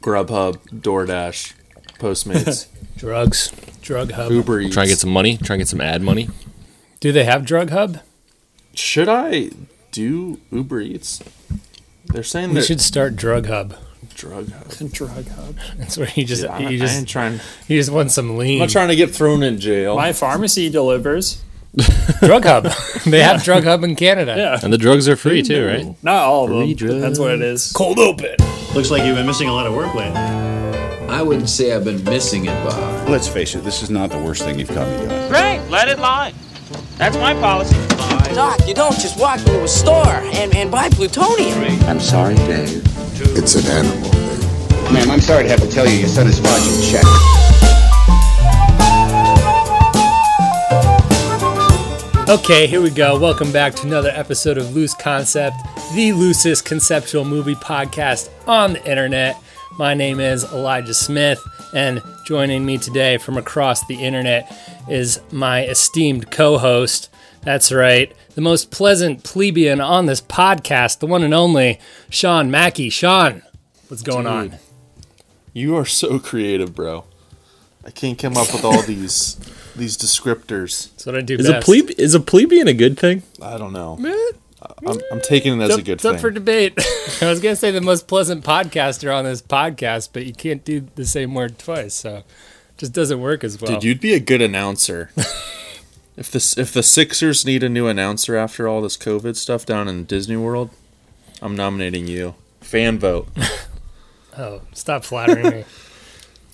Grubhub, DoorDash, Postmates, Drugs. Drug hub. Uber Eats. Try and get some money. Try and get some ad money. Do they have drug hub? Should I do Uber Eats? They're saying We that should start drug hub. drug hub. Drug hub. That's where you just Dude, I, you I ain't just trying. you just want some I'm lean. not trying to get thrown in jail. My pharmacy delivers. drug hub. they have drug hub in Canada. Yeah. And the drugs are free too, right? Not all Free of them. but That's what it is. Cold open. Looks like you've been missing a lot of work lately. I wouldn't say I've been missing it, Bob. Let's face it, this is not the worst thing you've caught me doing. Right, let it lie. That's my policy. Doc, you don't just walk into a store and, and buy plutonium. I'm sorry, Dave. It's an animal. Ma'am, I'm sorry to have to tell you your son is watching check. Okay, here we go. Welcome back to another episode of Loose Concept, the loosest conceptual movie podcast on the internet. My name is Elijah Smith, and joining me today from across the internet is my esteemed co host. That's right, the most pleasant plebeian on this podcast, the one and only Sean Mackey. Sean, what's going on? You are so creative, bro. I can't come up with all these these descriptors. That's what I do Is a best. plebe is a plebeian a good thing? I don't know. I'm, I'm taking it as a It's good up thing. for debate. I was gonna say the most pleasant podcaster on this podcast, but you can't do the same word twice, so it just doesn't work as well. Dude, you'd be a good announcer. if the if the Sixers need a new announcer after all this COVID stuff down in Disney World, I'm nominating you. Fan vote. Oh, stop flattering me.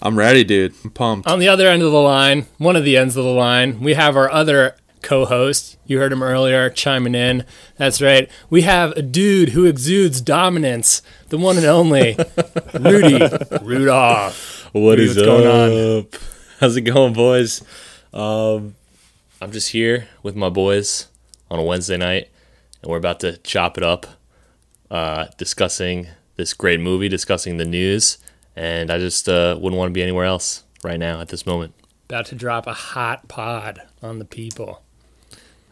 I'm ready, dude. I'm pumped. On the other end of the line, one of the ends of the line, we have our other co-host. You heard him earlier chiming in. That's right. We have a dude who exudes dominance, the one and only Rudy Rudolph. What Dude, is what's going up? How's it going, boys? Um, I'm just here with my boys on a Wednesday night, and we're about to chop it up, uh, discussing this great movie, discussing the news, and I just uh, wouldn't want to be anywhere else right now at this moment. About to drop a hot pod on the people.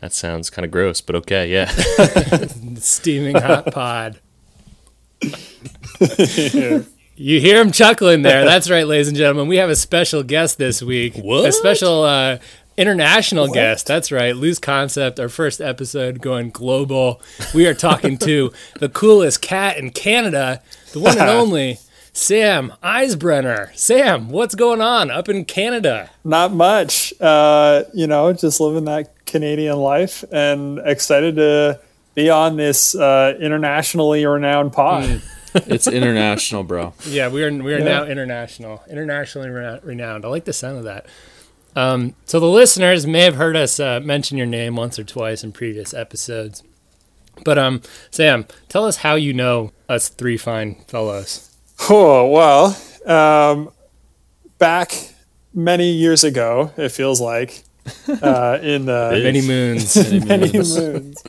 That sounds kind of gross, but okay, yeah. steaming hot pod. you hear him chuckling there. That's right, ladies and gentlemen. We have a special guest this week. A What? special uh, international guest. That's right. Loose Concept, our first episode going global. We are talking to the coolest cat in Canada, the one and only. Sam Eisbrenner. Sam, what's going on up in Canada? Not much. Uh, you know, just living that Canadian life and excited to be on this uh, internationally renowned pod. Hmm. It's international, bro. Yeah, we are we are now international, internationally rena- renowned. I like the sound of that. Um, so the listeners may have heard us uh, mention your name once or twice in previous episodes, but um, Sam, tell us how you know us three fine fellows. Oh, well, um, back many years ago, it feels like, uh, in the Many moons. many moons,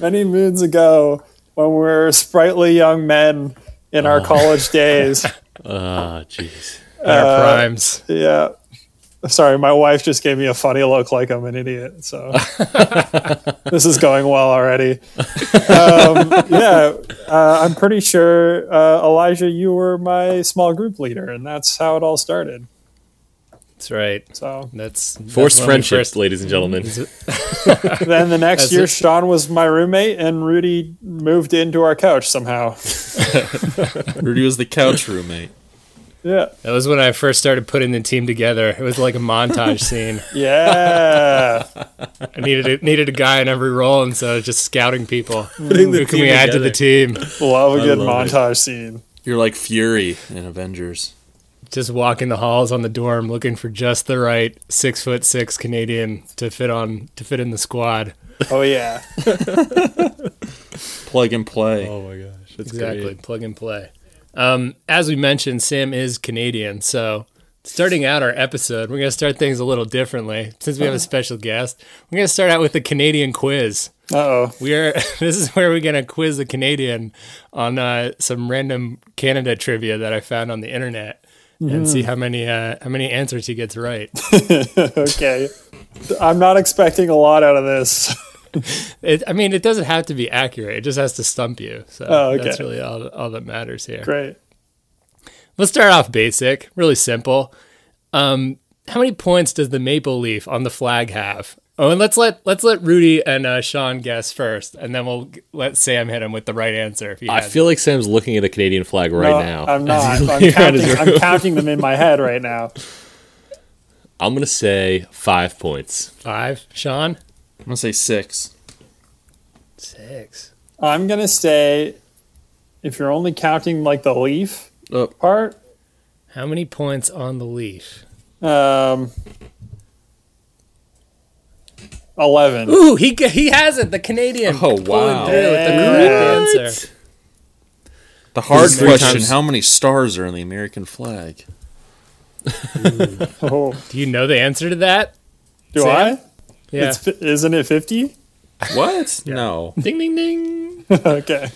many moons ago, when we were sprightly young men in Oh. our college days. Ah, jeez. Our primes. Yeah. Sorry, my wife just gave me a funny look like I'm an idiot. So this is going well already. Um, yeah, uh, I'm pretty sure, uh, Elijah, you were my small group leader, and that's how it all started. That's right. So That's Forced that's when we friendship, first- ladies and gentlemen. then the next That's year, it. Sean was my roommate, and Rudy moved into our couch somehow. Rudy was the couch roommate. Yeah. That was when I first started putting the team together. It was like a montage scene. Yeah. I needed a, needed a guy in every role, and so just scouting people. Who can team we add to the together. team? Love a good love it. montage scene. You're like Fury in Avengers. just walking the halls on the dorm looking for just the right six foot six Canadian to fit on to fit in the squad. Oh, yeah. Plug and play. Oh my gosh, that's Exactly. Plug and play. Um, as we mentioned, Sam is Canadian, so starting out our episode, we're gonna start things a little differently. Since we have a special guest, we're gonna start out with the Canadian quiz. Uh oh. We are this is where we're gonna quiz the Canadian on uh, some random Canada trivia that I found on the internet. And see how many uh, how many answers he gets right. Okay. I'm not expecting a lot out of this. It, I mean, it doesn't have to be accurate. It just has to stump you. So Oh, okay. that's really all, all that matters here. Great. Let's start off basic, really simple. Um, how many points does the maple leaf on the flag have? Oh, and let's let let's let Rudy and uh, Sean guess first, and then we'll g- let Sam hit him with the right answer if he I has. feel like Sam's looking at a Canadian flag right No, now. I'm not. He's I'm looking around counting, his I'm room. counting them in my head right now. I'm gonna say five points. it. five. Sean I'm gonna say six. six. I'm gonna say, if you're only counting like the leaf Oh, part, How many points on the leaf? um, eleven. Ooh, he g- he has it. The Canadian. Oh, pulling wow. through with the Yeah. correct What? answer. the hard Three question: times- How many stars are in the American flag? Oh, Do you know the answer to that? do Sam? I? Yeah. It's, isn't it fifty? What? No. Ding ding ding. okay.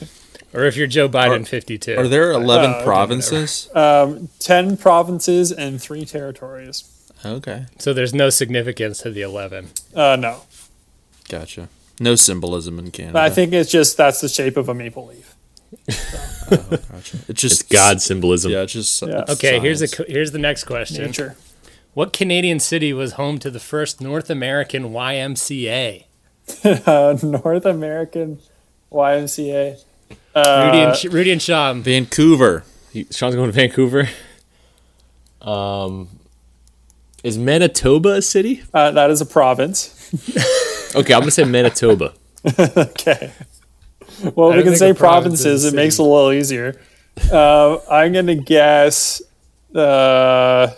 or if you're Joe Biden, fifty-two. Are there eleven Oh, okay, provinces? Um, ten provinces and three territories. Okay, so there's no significance to the eleven. Uh, no, gotcha. No symbolism in Canada. I think it's just that's the shape of a maple leaf. Gotcha. It's just It's God symbolism. Yeah, it's just Yeah. it's Okay, here's a science. co- here's the next question. Nature. What Canadian city was home to the first North American YMCA? Uh, North American YMCA. Rudy, and, Sh- Rudy and Sean. Vancouver. He- Sean's going to Vancouver. Um, is Manitoba a city? Uh, that is a province. Okay, I'm gonna say Manitoba. Okay. Well, I don't we can think say a province provinces. is a It city. makes it a little easier. Uh, I'm gonna guess. Uh,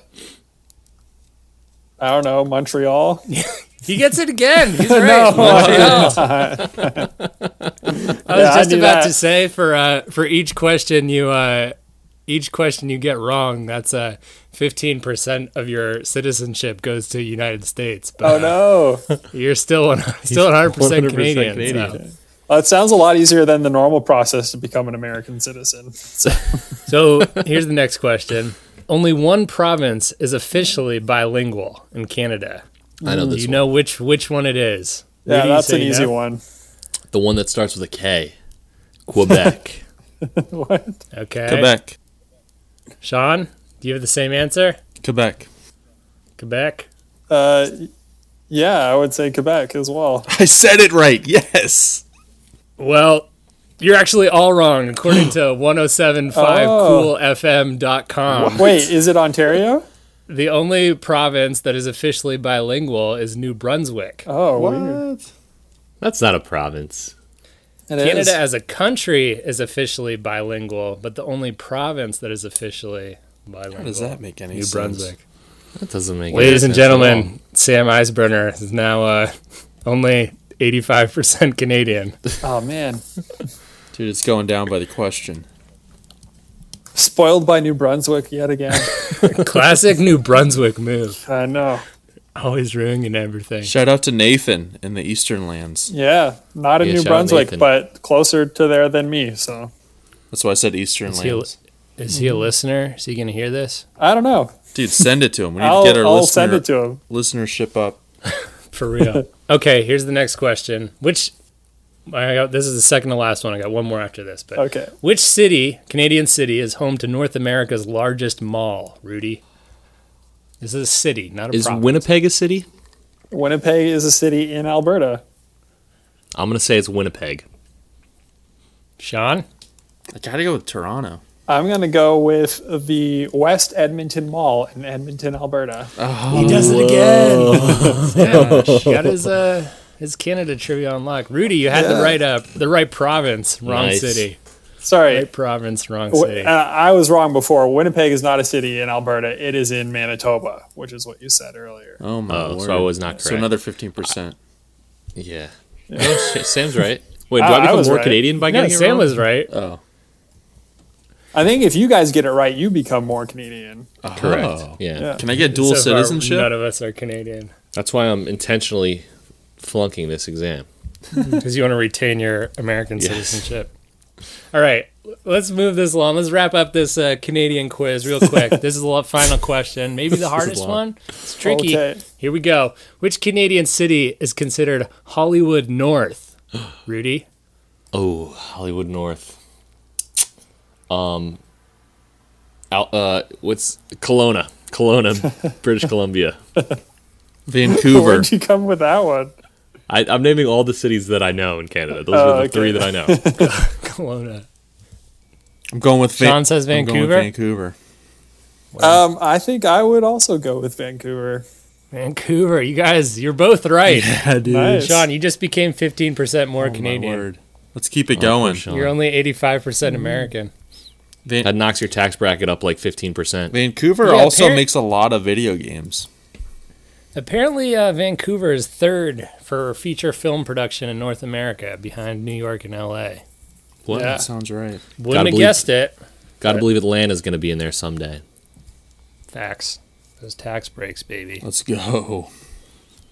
I don't know Montreal. He gets it again. He's right. I was Yeah, I just knew about that. to say for uh, for each question you uh, each question you get wrong, that's uh, 15% of your citizenship goes to United States. But Oh no, you're still one, still 100%, 100% Canadian. Canadian. so. Well, it sounds a lot easier than the normal process to become an American citizen. So here's the next question. Only one province is officially bilingual in Canada. I know Do this Mm, you one. know which which one it is? Yeah, Rudy, you that's say an you easy know? one. The one that starts with a K. Quebec. What? Okay. Quebec. Sean, do you have the same answer? Quebec. Quebec. Uh, yeah, I would say Quebec as well. I said it right. Yes. Well, you're actually all wrong according to Oh. 1075coolfm.com. Wait, is it Ontario? The only province that is officially bilingual is New Brunswick. Oh, weird. That's not a province. It Canada is. as a country is officially bilingual, but the only province that is officially bilingual How does that make any New sense? Brunswick. That doesn't make. any Ladies and sense at all. gentlemen, Sam Eisbrenner is now uh, only 85% Canadian. Oh man, Dude, it's going down by the question. spoiled by New Brunswick yet again. Classic New Brunswick move. I know. Always ruining everything. Shout out to Nathan in the Eastern Lands. Yeah, not in Yeah, New shout out Brunswick, Nathan. but closer to there than me. So That's why I said Eastern Is he, a, Lands. is he a listener? Is he going to hear this? I don't know. Dude, send it to him. We need I'll, to get our I'll listener, send it to him. listenership up. For real. okay, here's the next question. Which I got this is the second to last one. I got one more after this, but Okay. Which city, Canadian city, is home to North America's largest mall, Rudy? This is a city, not a is province. Winnipeg a city? Winnipeg is a city in Alberta. I'm gonna say it's Winnipeg. Sean? I gotta go with Toronto. I'm gonna go with the West Edmonton Mall in Edmonton, Alberta. He does it again. he got his uh, his Canada trivia on lock. Rudy, you had the right uh, the right province, wrong Nice. city. Sorry, Right province, wrong W- city. uh, I was wrong before. Winnipeg is not a city in Alberta. It is in Manitoba, which is what you said earlier. Oh my Oh, word. so I was not correct. So another fifteen percent. Yeah. No, Sa- Sam's right. Wait, do I- Ah, I, I become was more right. Canadian by no, getting it Sam wrong? was right. Oh, I think if you guys get it right, you become more Canadian. Uh, correct. Oh. Yeah. Yeah. Can I get dual So far, citizenship? None of us are Canadian That's why I'm intentionally flunking this exam. because you want to retain your American citizenship. All right, l- let's move this along. Let's wrap up this uh, Canadian quiz real quick. this is the la- final question, maybe the hardest long. one. It's tricky. Okay. Here we go. Which Canadian city is considered Hollywood North? Rudy. Oh, Hollywood North. Um, Al, uh, what's Kelowna, Kelowna, British Columbia. Vancouver. Where'd you come with that one? I, I'm naming all the cities that I know in Canada. Those Oh, are the okay. three that I know. Kelowna. I'm going with Van- Sean says I'm going with Vancouver? Vancouver. Um, I think I would also go with Vancouver. Vancouver. You guys, you're both right. Yeah, dude. Nice. Sean, you just became 15% more Canadian. Let's keep it going. Oh, Sean. You're only 85% American. Van- That knocks your tax bracket up like 15%. Vancouver Yeah, also apparent- makes a lot of video games. Apparently, uh, Vancouver is third for feature film production in North America behind New York and LA. What? Yeah. That sounds right. Wouldn't Gotta have believe- guessed it. Gotta believe Atlanta's gonna be in there someday. Facts. Those tax breaks, baby. Let's go.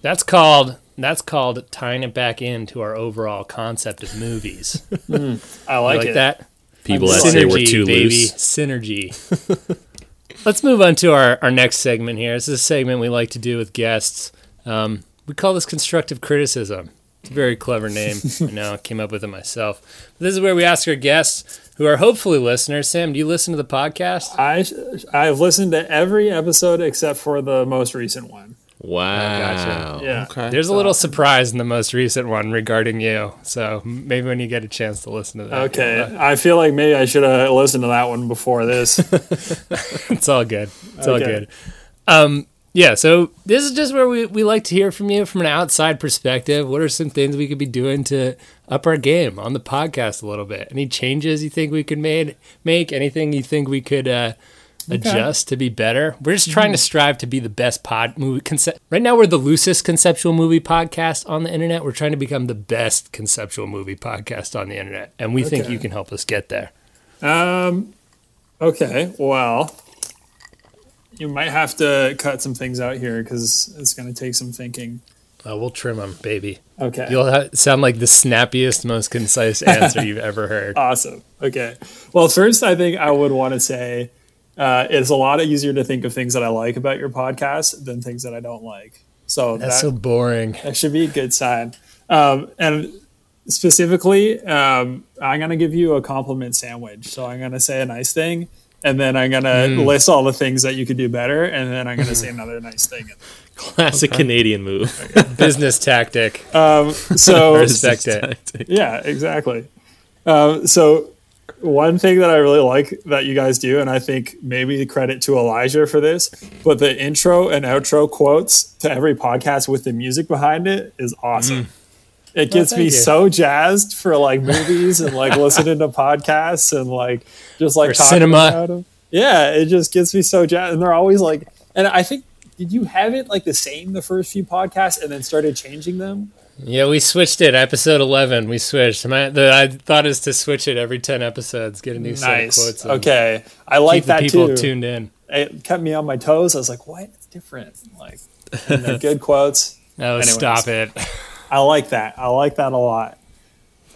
That's called that's called tying it back into our overall concept of movies. I You like that? People that say we're too baby. loose. Synergy. Let's move on to our, our next segment here. This is a segment we like to do with guests. Um, we call this constructive criticism. It's a very clever name. I know I came up with it myself. This is where we ask our guests, who are hopefully listeners. Sam, do you listen to the podcast? I I've listened to every episode except for the most recent one. Wow. Oh, Yeah. Okay. There's a Uh, little surprise in the most recent one regarding you. So maybe when you get a chance to listen to that. Okay. I feel like maybe I should have listened to that one before this. It's all good. It's all Okay. good. Um, yeah, so this is just where we, we like to hear from you from an outside perspective. What are some things we could be doing to up our game on the podcast a little bit? Any changes you think we could made, make? Anything you think we could uh, adjust to be better? We're just trying to Mm-hmm. strive to be the best pod movie concept. Right now, we're the loosest conceptual movie podcast on the internet. We're trying to become the best conceptual movie podcast on the internet, and we think Okay. you can help us get there. Um, okay, well, you might have to cut some things out here because it's going to take some thinking. Uh, we'll trim them, baby. Okay, You'll ha- sound like the snappiest, most concise answer you've ever heard. awesome. Okay, well, first, I think I would want to say uh, it's a lot easier to think of things that I like about your podcast than things that I don't like. So That's that, so boring. that should be a good sign. Um, and specifically, um, I'm going to give you a compliment sandwich. So I'm going to say a nice thing, and then I'm going to list all the things that you could do better, and then I'm going to say another nice thing. Classic Canadian move. Business tactic. Um, so, Respect it. yeah, exactly. Um, so, one thing that I really like that you guys do, and I think maybe credit to Elijah for this, but the intro and outro quotes to every podcast with the music behind it is awesome. It gets Mm. me thank you. so jazzed for like movies and like listening to podcasts and like just like Or talking cinema. about 'em. Yeah, it just gets me so jazzed, and they're always like, and I think did you have it like the same the first few podcasts and then started changing them? Yeah, we switched it. Episode 11, we switched. My, the, I thought is to switch it every 10 episodes, get a new set of quotes. and Okay, I Keep like the that people too. tuned in. It kept me on my toes. I was like, "What? It's different." Like, and they're good quotes. Oh, Anyways. stop it. I like that. I like that a lot.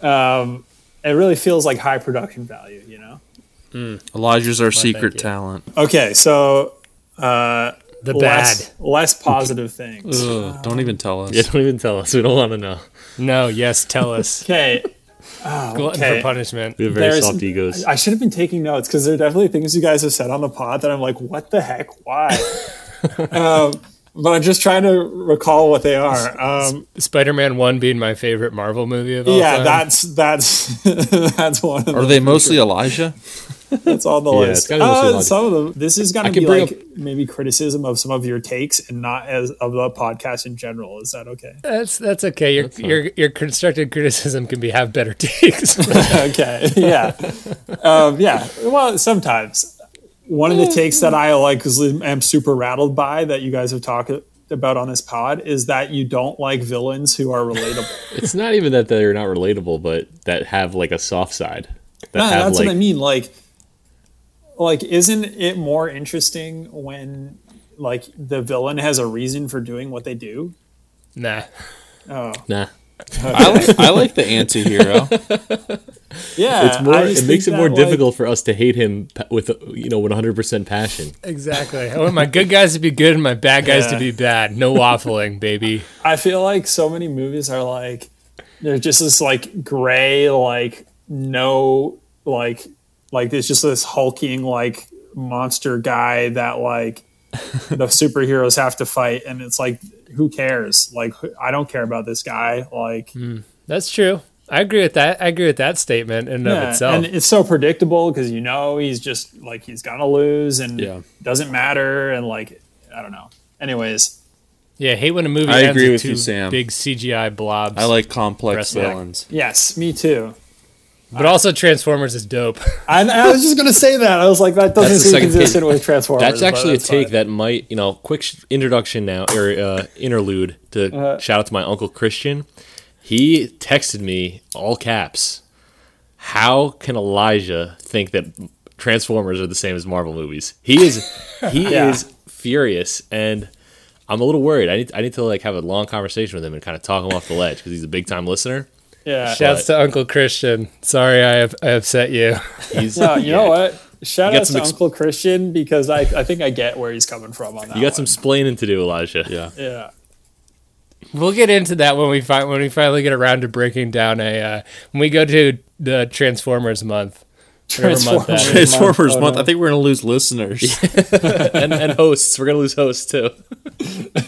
Um, it really feels like high production value, you know. Elijah's our thank secret you. talent. Okay, so uh, The bad. less less positive things. Ugh, don't even tell us. Yeah, don't even tell us. We don't want to know. No, yes, tell us. Okay, Glutton okay. for punishment. We have very There's- soft egos. I should have been taking notes because there are definitely things you guys have said on the pod that I'm like, what the heck? Why? um, but I'm just trying to recall what they are. Um, Spider Man 1 being my favorite Marvel movie Oh, of all yeah, time. that's that's that's one. Of Are them. they mostly Elijah? That's on the it's list. gotta be mostly Uh, logic. some of them. This is gonna can be bring like maybe criticism of some of your takes and not as of the podcast in general. Is that okay? That's that's okay. Your your your constructive criticism can be have better takes. okay. Yeah. um, yeah. Well, sometimes one of the takes that I like is am super rattled by that you guys have talked about on this pod is that you don't like villains who are relatable. It's not even that they're not relatable, but that have like a soft side. That No, have that's like what I mean. Like, like, isn't it more interesting when like the villain has a reason for doing what they do? nah. Oh, nah. I like, I like the anti-hero. yeah. It's more. I It just makes it think more that, like- difficult for us to hate him pa- with uh, you know 100 percent passion. Exactly. I want Oh, my good guys to be good and my bad guys to Yeah. be bad. No waffling, baby. I feel like so many movies are like they're just this like gray, like no, like like there's just this hulking like monster guy that like the superheroes have to fight, and it's like, who cares? Like, wh- I don't care about this guy. Like, That's true. I agree with that. I agree with that statement in and Yeah, of itself. And it's so predictable because you know he's just like he's gonna lose and Yeah. doesn't matter and like I don't know. Anyways, yeah, I hate when a movie I ends agree with with, you, two Sam. big CGI blobs. I like complex Wrestling. villains. yes, me too. but also Transformers is dope. I, I was just gonna say that. I was like, that doesn't That's the seem second consistent with Transformers. That's but actually a fine. take that might, you know, quick sh- introduction now or uh, interlude to shout out to my uncle Christian. He texted me all caps. How can Elijah think that Transformers are the same as Marvel movies? He is he Yeah. is furious and I'm a little worried. I need I need to like have a long conversation with him and kind of talk him off the ledge because he's a big time listener. Yeah. Shouts to Uncle Christian. Sorry, I, I upset you. He's No, you know yeah. what? Shout You got out to some ex- Uncle Christian because I, I think I get where he's coming from on that. You got some one. splaining to do, Elijah. Yeah. yeah. We'll get into that when we find when we finally get around to breaking down a uh, when we go to the Transformers month. Whatever month that is. Transformers Oh, month. I think we're gonna lose listeners. And, and hosts. We're gonna lose hosts too.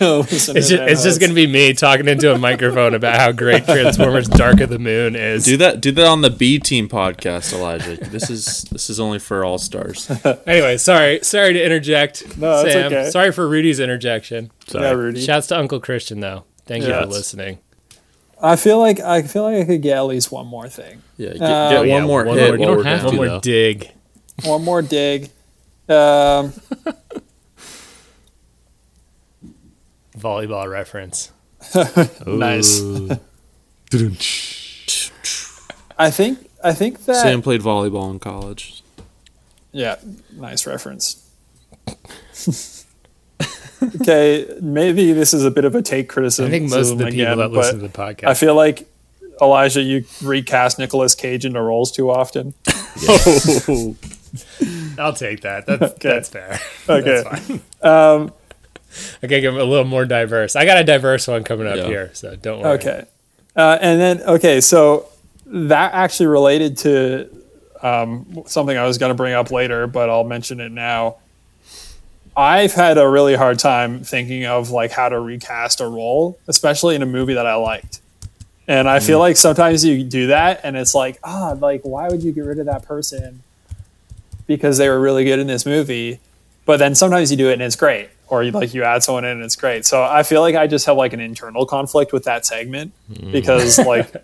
no, listen It's to just, it's just that. gonna be me talking into a microphone about how great Transformers: Dark of the Moon is. Do that. Do that on the B Team podcast, Elijah. This is this is only for all stars. Anyway, sorry, sorry to interject, No, it's Sam. okay. Sorry for Rudy's interjection. yeah, Rudy. Shouts to Uncle Christian though. Thank you Yeah. for listening. I feel like I feel like I could get at least one more thing. Yeah, get, Uh, get one yeah, more one hit. more- you while don't we're have down. One to, more though. dig. one more dig. Um, Volleyball reference. nice. I think I think that Sam played volleyball in college. yeah, nice reference. okay, maybe this is a bit of a take criticism. I think most of the people again, that but listen to the podcast. I feel like Elijah, you recast Nicolas Cage into roles too often. I'll take that. That's that's fair. Okay, Um, Okay, give him a little more diverse. I got a diverse one coming up Yeah. here, so don't worry. okay, uh, and then okay, so that actually related to um, something I was going to bring up later, but I'll mention it now. I've had a really hard time thinking of like how to recast a role, especially in a movie that I liked. And I Mm. feel like sometimes you do that and it's like, ah, like why would you get rid of that person? Because they were really good in this movie. But then sometimes you do it and it's great. Or you like you add someone in and it's great. So I feel like I just have like an internal conflict with that segment Mm. because like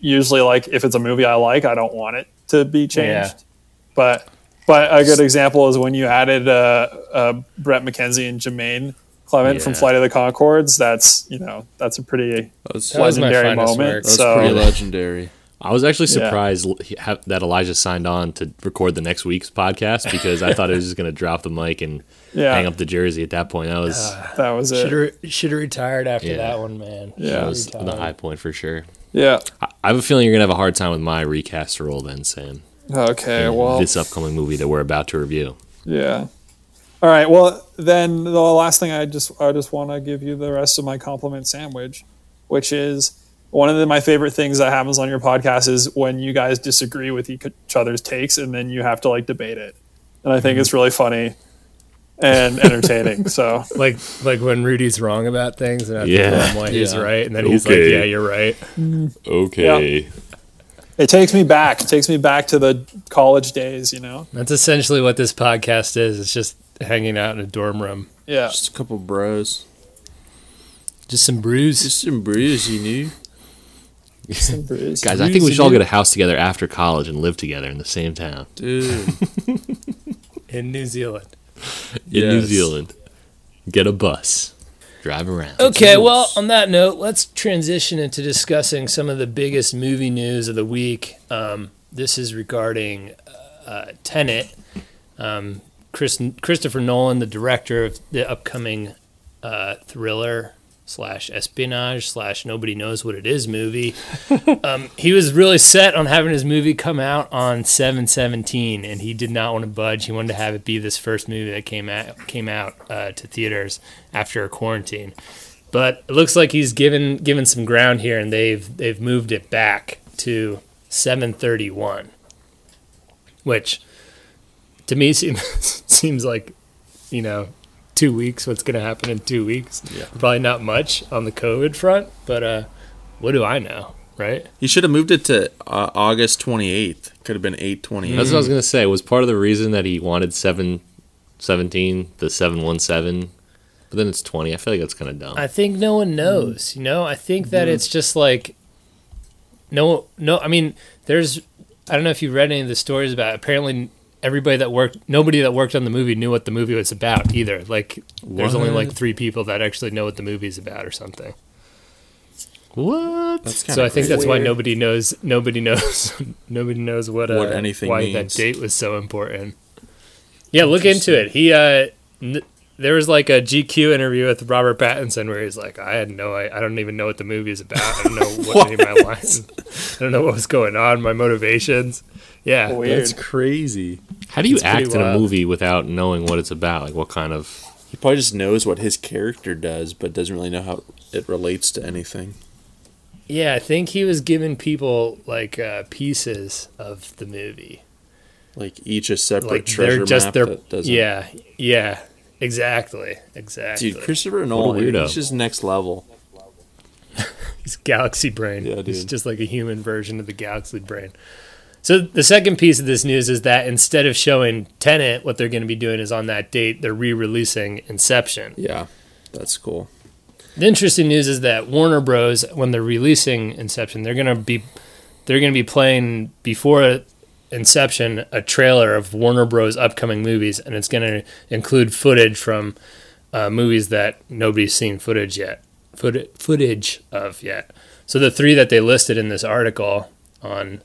usually like if it's a movie I like, I don't want it to be changed. But but a good example is when you added uh, uh, Brett McKenzie and Jermaine Clement from Yeah. Flight of the Concords. That's you know that's a pretty That was, was my legendary finest work. moment. That was So pretty legendary. I was actually Yeah. surprised l- he- ha- that Elijah signed on to record the next week's podcast because I thought he was just going to drop the mic and yeah, hang up the jersey at that point. That was that was it. Should have retired after Yeah. that one, man. Yeah. that was the uh, high point for sure. yeah. I, I have a feeling you're going to have a hard time with my recast role then, Sam. Okay. in Well. this upcoming movie that we're about to review. Yeah. All right. Well, then the last thing I just I just want to give you the rest of my compliment sandwich, which is one of the, my favorite things that happens on your podcast is when you guys disagree with each other's takes and then you have to like debate it, and I think Mm-hmm. it's really funny and entertaining. so Like like when Rudy's wrong about things, and I Yeah. yeah. why he's Yeah. right, and then he's Okay. like, "Yeah, you're right." Okay. it takes me back. It takes me back to the college days. You know. That's essentially what this podcast is. It's just hanging out in a dorm room, Yeah. Just a couple bros. just some brews. Just some brews, you knew. Guys, I think we should all get a house together after college and live together in the same town Dude. in New Zealand. in New Yes. Zealand. Get a bus, drive around. Okay, well, on that note, let's transition into discussing some of the biggest movie news of the week. Um, this is regarding uh, Tenet. Um, Chris, Christopher Nolan, the director of the upcoming uh, thriller slash espionage slash nobody knows what it is movie, um, he was really set on having his movie come out on seven seventeen, and he did not want to budge. He wanted to have it be this first movie that came out came out uh, to theaters after quarantine but it looks like he's given given some ground here, and they've they've moved it back to 7:31, which to me seems seems like you know two weeks. What's going to happen in two weeks? Yeah. Probably not much on the COVID front, but uh, what do I know, right? You should have moved it to uh, August 28th. Could have been 828. That's what Mm. I was gonna say. Was part of the reason that he wanted seven, seventeen, the seven one seven, but then it's twenty. I feel like that's kind of dumb. I think no one knows. You know, I think that it's just like no, no. I mean, there's. I don't know if you read any of the stories about. Apparently, everybody that worked, nobody that worked on the movie knew what the movie was about either. Like, there's only like three people that actually know what the movie's about or something. what? That's So kinda I think that's why Weird. nobody knows. Nobody knows. nobody knows what, uh, What anything why means. that date was so important. Yeah, look into it. He uh, n- there was like a GQ interview with Robert Pattinson where he's like, I had no, I, I don't even know what the movie is about. I don't know what any of my lines. I don't know what was going on. My motivations. Yeah, Weird. That's crazy. How do you pretty act in a wild. movie without knowing what it's about? Like what kind of? He probably just knows what his character does, but doesn't really know how it relates to anything. yeah. I think he was giving people like uh, pieces of the movie. Like each a separate Like treasure they're just map their. that doesn't. Yeah, yeah. Exactly. Exactly. Dude, Christopher Nolan, weirdo. he's just next level. He's galaxy brain. Yeah, He's dude. just like a human version of the galaxy brain. So the second piece of this news is that instead of showing Tenant, what they're going to be doing is on that date they're re-releasing Inception. Yeah, that's cool. The interesting news is that Warner Bros. when they're releasing Inception, they're going to be they're going to be playing before Inception a trailer of Warner Bros. upcoming movies, and it's going to include footage from uh, movies that nobody's seen footage yet, foot- footage of yet. So the three that they listed in this article on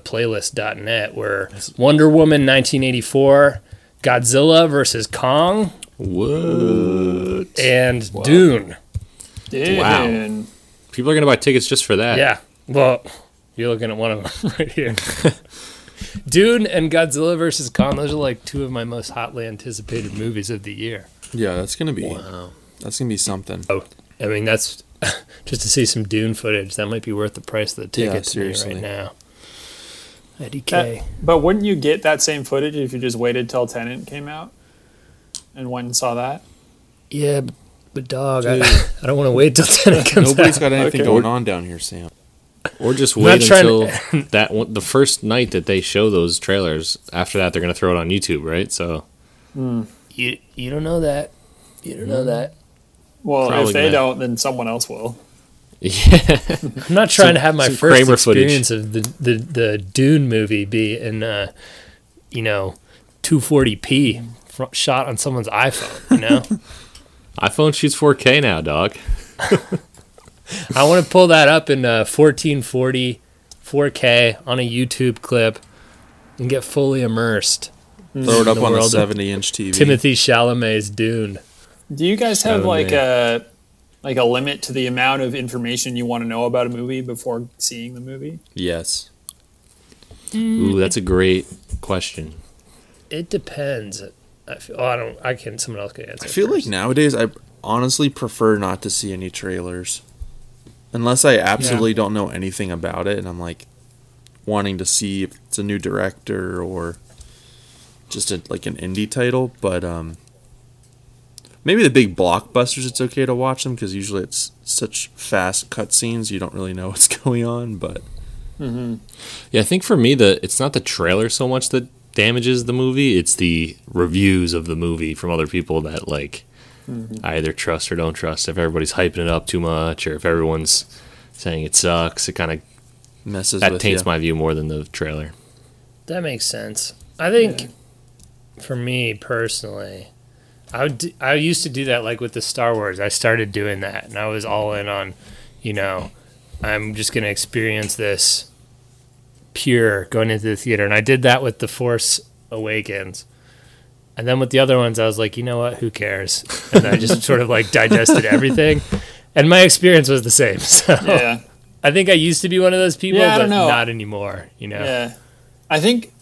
theplaylist.net were Wonder Woman 1984, Godzilla versus Kong, What? and Dune. Wow. People are gonna buy tickets just for that. Yeah. Well, you're looking at one of them right here. Dune and Godzilla versus Kong. Those are like two of my most hotly anticipated movies of the year. Yeah, that's gonna be. That's gonna be something. Oh, I mean that's just to see some Dune footage. That might be worth the price of the ticket Yeah, to me seriously. right now. Uh, Eddie That- K. but wouldn't you get that same footage if you just waited till Tenant came out and went and saw that? Yeah, but, but dog, I, I don't want to wait till ten comes Nobody's out. got anything Okay. going on down here, Sam. Or just wait trying until to- that one, the first night that they show those trailers. After that, they're gonna throw it on YouTube, right? So you, you don't know that. You don't know that. Well, Probably if they not. don't, then someone else will. yeah, I'm not trying to have my some first Kramer footage. experience of the, the, the Dune movie be in, uh, you know, 240p fr- shot on someone's iPhone. You know, iPhone shoots 4K now, dog. I want to pull that up in uh, 1440 4K on a YouTube clip and get fully immersed. Throw it up The on a world. seventy-inch TV. Timothy Chalamet's Dune. Do you guys have Seven, like eight. a like a limit to the amount of information you want to know about a movie before seeing the movie? Yes. Mm. Ooh, that's a great question. It depends. I feel, oh, I don't. I can. Someone else can answer. I feel like first. nowadays I honestly prefer not to see any trailers. Unless I absolutely don't know anything about it and I'm like wanting to see if it's a new director or just a, like an indie title, but um maybe the big blockbusters it's okay to watch them cuz usually it's such fast cutscenes you don't really know what's going on, but Yeah, I think for me the it's not the trailer so much that damages the movie, it's the reviews of the movie from other people that like I either trust or don't trust. If everybody's hyping it up too much or if everyone's saying it sucks, it kind of messes that with taints you. my view more than the trailer. That makes sense. I think for me personally, I would d- I used to do that like with the Star Wars. I started doing that and I was all in on, you know, I'm just going to experience this pure going into the theater and I did that with The Force Awakens. And then with the other ones I was like, you know what, who cares? And I just sort of like digested everything. And my experience was the same. So Yeah, I think I used to be one of those people, Yeah, I but don't know. not anymore, you know. yeah. I think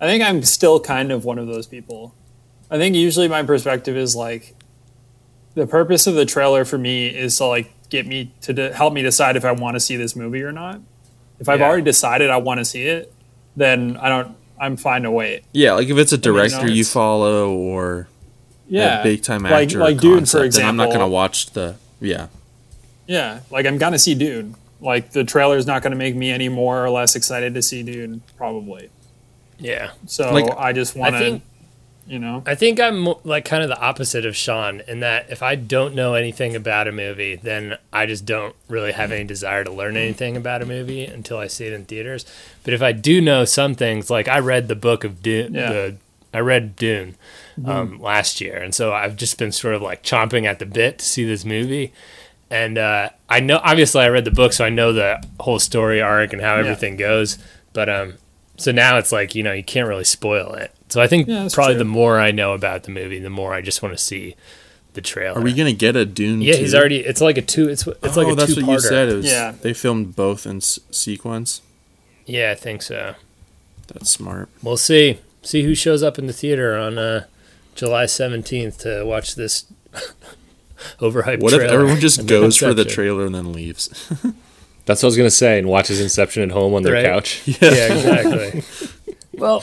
I think I'm still kind of one of those people. I think usually my perspective is like the purpose of the trailer for me is to like get me to de- help me decide if I want to see this movie or not. If I've Yeah. already decided I want to see it, then I don't I'm fine to wait. Yeah, like if it's a director you it's- follow or Yeah, a big time Like actor, like or Dune for concept, then example. I'm not gonna watch the yeah. Yeah, like I'm gonna see Dune. Like the trailer's not gonna make me any more or less excited to see Dune, probably. Yeah. So Like- I just I want to, think you know, I think I'm mo- like kind of the opposite of Sean in that if I don't know anything about a movie, then I just don't really have any desire to learn anything about a movie until I see it in theaters. But if I do know some things, like I read the book of Dune, Yeah. the, I read Dune um, Hmm. last year, and so I've just been sort of like chomping at the bit to see this movie. And uh, I know, obviously, I read the book, so I know the whole story arc and how everything goes. But um, so now it's like you know you can't really spoil it. So I think Yeah, that's probably true. the more I know about the movie, the more I just want to see the trailer. Are we gonna get a Dune? yeah, he's 2? already. It's like a two. It's it's like oh, a that's two-parter. what you said. It was, Yeah. they filmed both in s- sequence. Yeah, I think so. That's smart. We'll see. See who shows up in the theater on uh, July seventeenth to watch this overhyped. What trailer. if everyone just and goes for the Inception. trailer and then leaves? That's what I was gonna say. And watches Inception at home on their Right. couch. Yeah, exactly. well,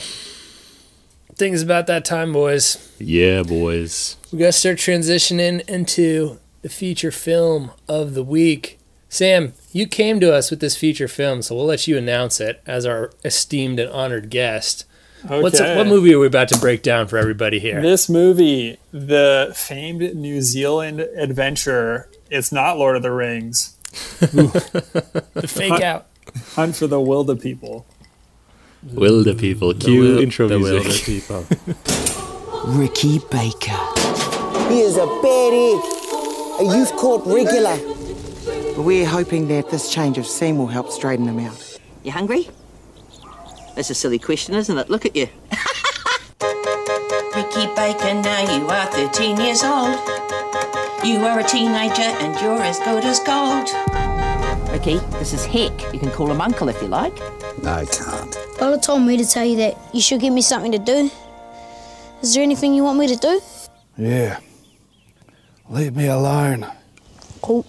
things about that time, boys. Yeah, boys. We gotta start transitioning into the feature film of the week. Sam, you came to us with this feature film, so we'll let you announce it as our esteemed and honored guest. What's Okay. what movie are we about to break down for everybody here? This movie, the famed New Zealand adventure, it's not Lord of the Rings. Fake out. Hunt for the Wilda people. Will the people cue intro music? people. Ricky Baker. He is a bad egg, a youth court regular. But we're hoping that this change of scene will help straighten him out. You hungry? That's a silly question, isn't it? Look at you. Ricky Baker, now you are 13 years old. You are a teenager and you're as good as gold. Ricky, this is Heck. You can call him Uncle if you like. No, I can't. Lola told me to tell you that you should give me something to do. Is there anything you want me to do? Yeah. Leave me alone. Cool.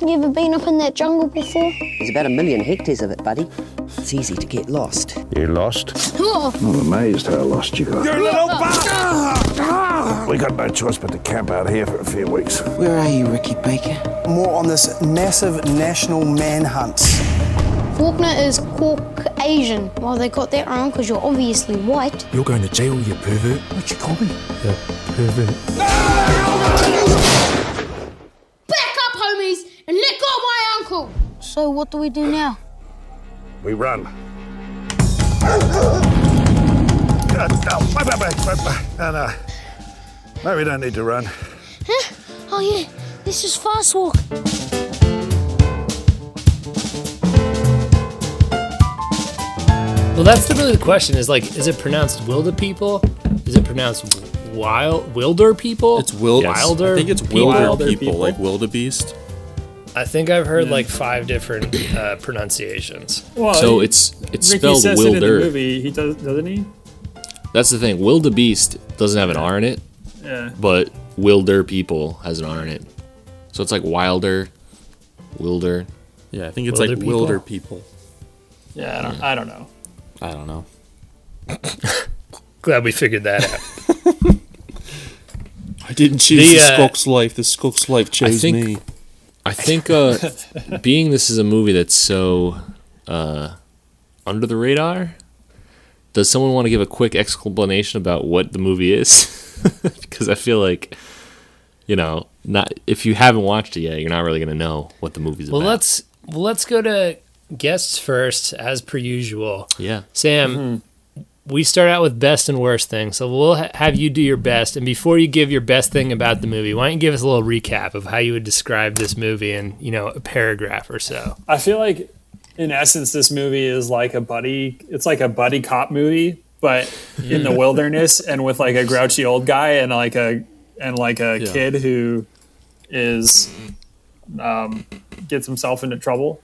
You ever been up in that jungle before? There's about a million hectares of it, buddy. It's easy to get lost. You lost? Oh, I'm amazed how lost you got. You're a little bastard! We got no choice but to camp out here for a few weeks. Where are you, Ricky Baker? More on this massive national manhunt. Faulkner is Caucasian. Well, they got that wrong because you're obviously white. You're going to jail, you pervert. What you call me? Back up, homies, and let go of my uncle! So, what do we do now? We run. No, no. No, we don't need to run. Huh? Oh, yeah, this is fast walk. Well, that's the, really the question. Is like, is it pronounced wilder people? Is it pronounced wild wilder people? It's wild. Yes. I think it's people? wilder Wilder people, people. like wildebeest. I think I've heard like five different uh, pronunciations. Well, So he- it's it's Ricky spelled says it in the wilder. movie. He does, doesn't he? That's the thing. Wildebeest doesn't have an R in it, Yeah. but wilder people has an R in it. So it's like wilder, wilder. Yeah, I think it's Wilder like people? wilder people. Yeah, I don't, I don't know. I don't know. Glad we figured that out. I didn't choose The, the, uh, Skulk's life. The Skulk's life chose think- me. I think uh, being this is a movie that's so uh, under the radar, does someone want to give a quick explanation about what the movie is? because I feel like, you know, not if you haven't watched it yet, you're not really going to know what the movie's Well, about. let's well, let's go to guests first, as per usual. yeah. Sam, we start out with best and worst thing, so we'll ha- have you do your best. And before you give your best thing about the movie, why don't you give us a little recap of how you would describe this movie in you know a paragraph or so? I feel like, in essence, this movie is like a buddy. It's like a buddy cop movie, but in the wilderness and with like a grouchy old guy and like a and like a kid who is um, gets himself into trouble,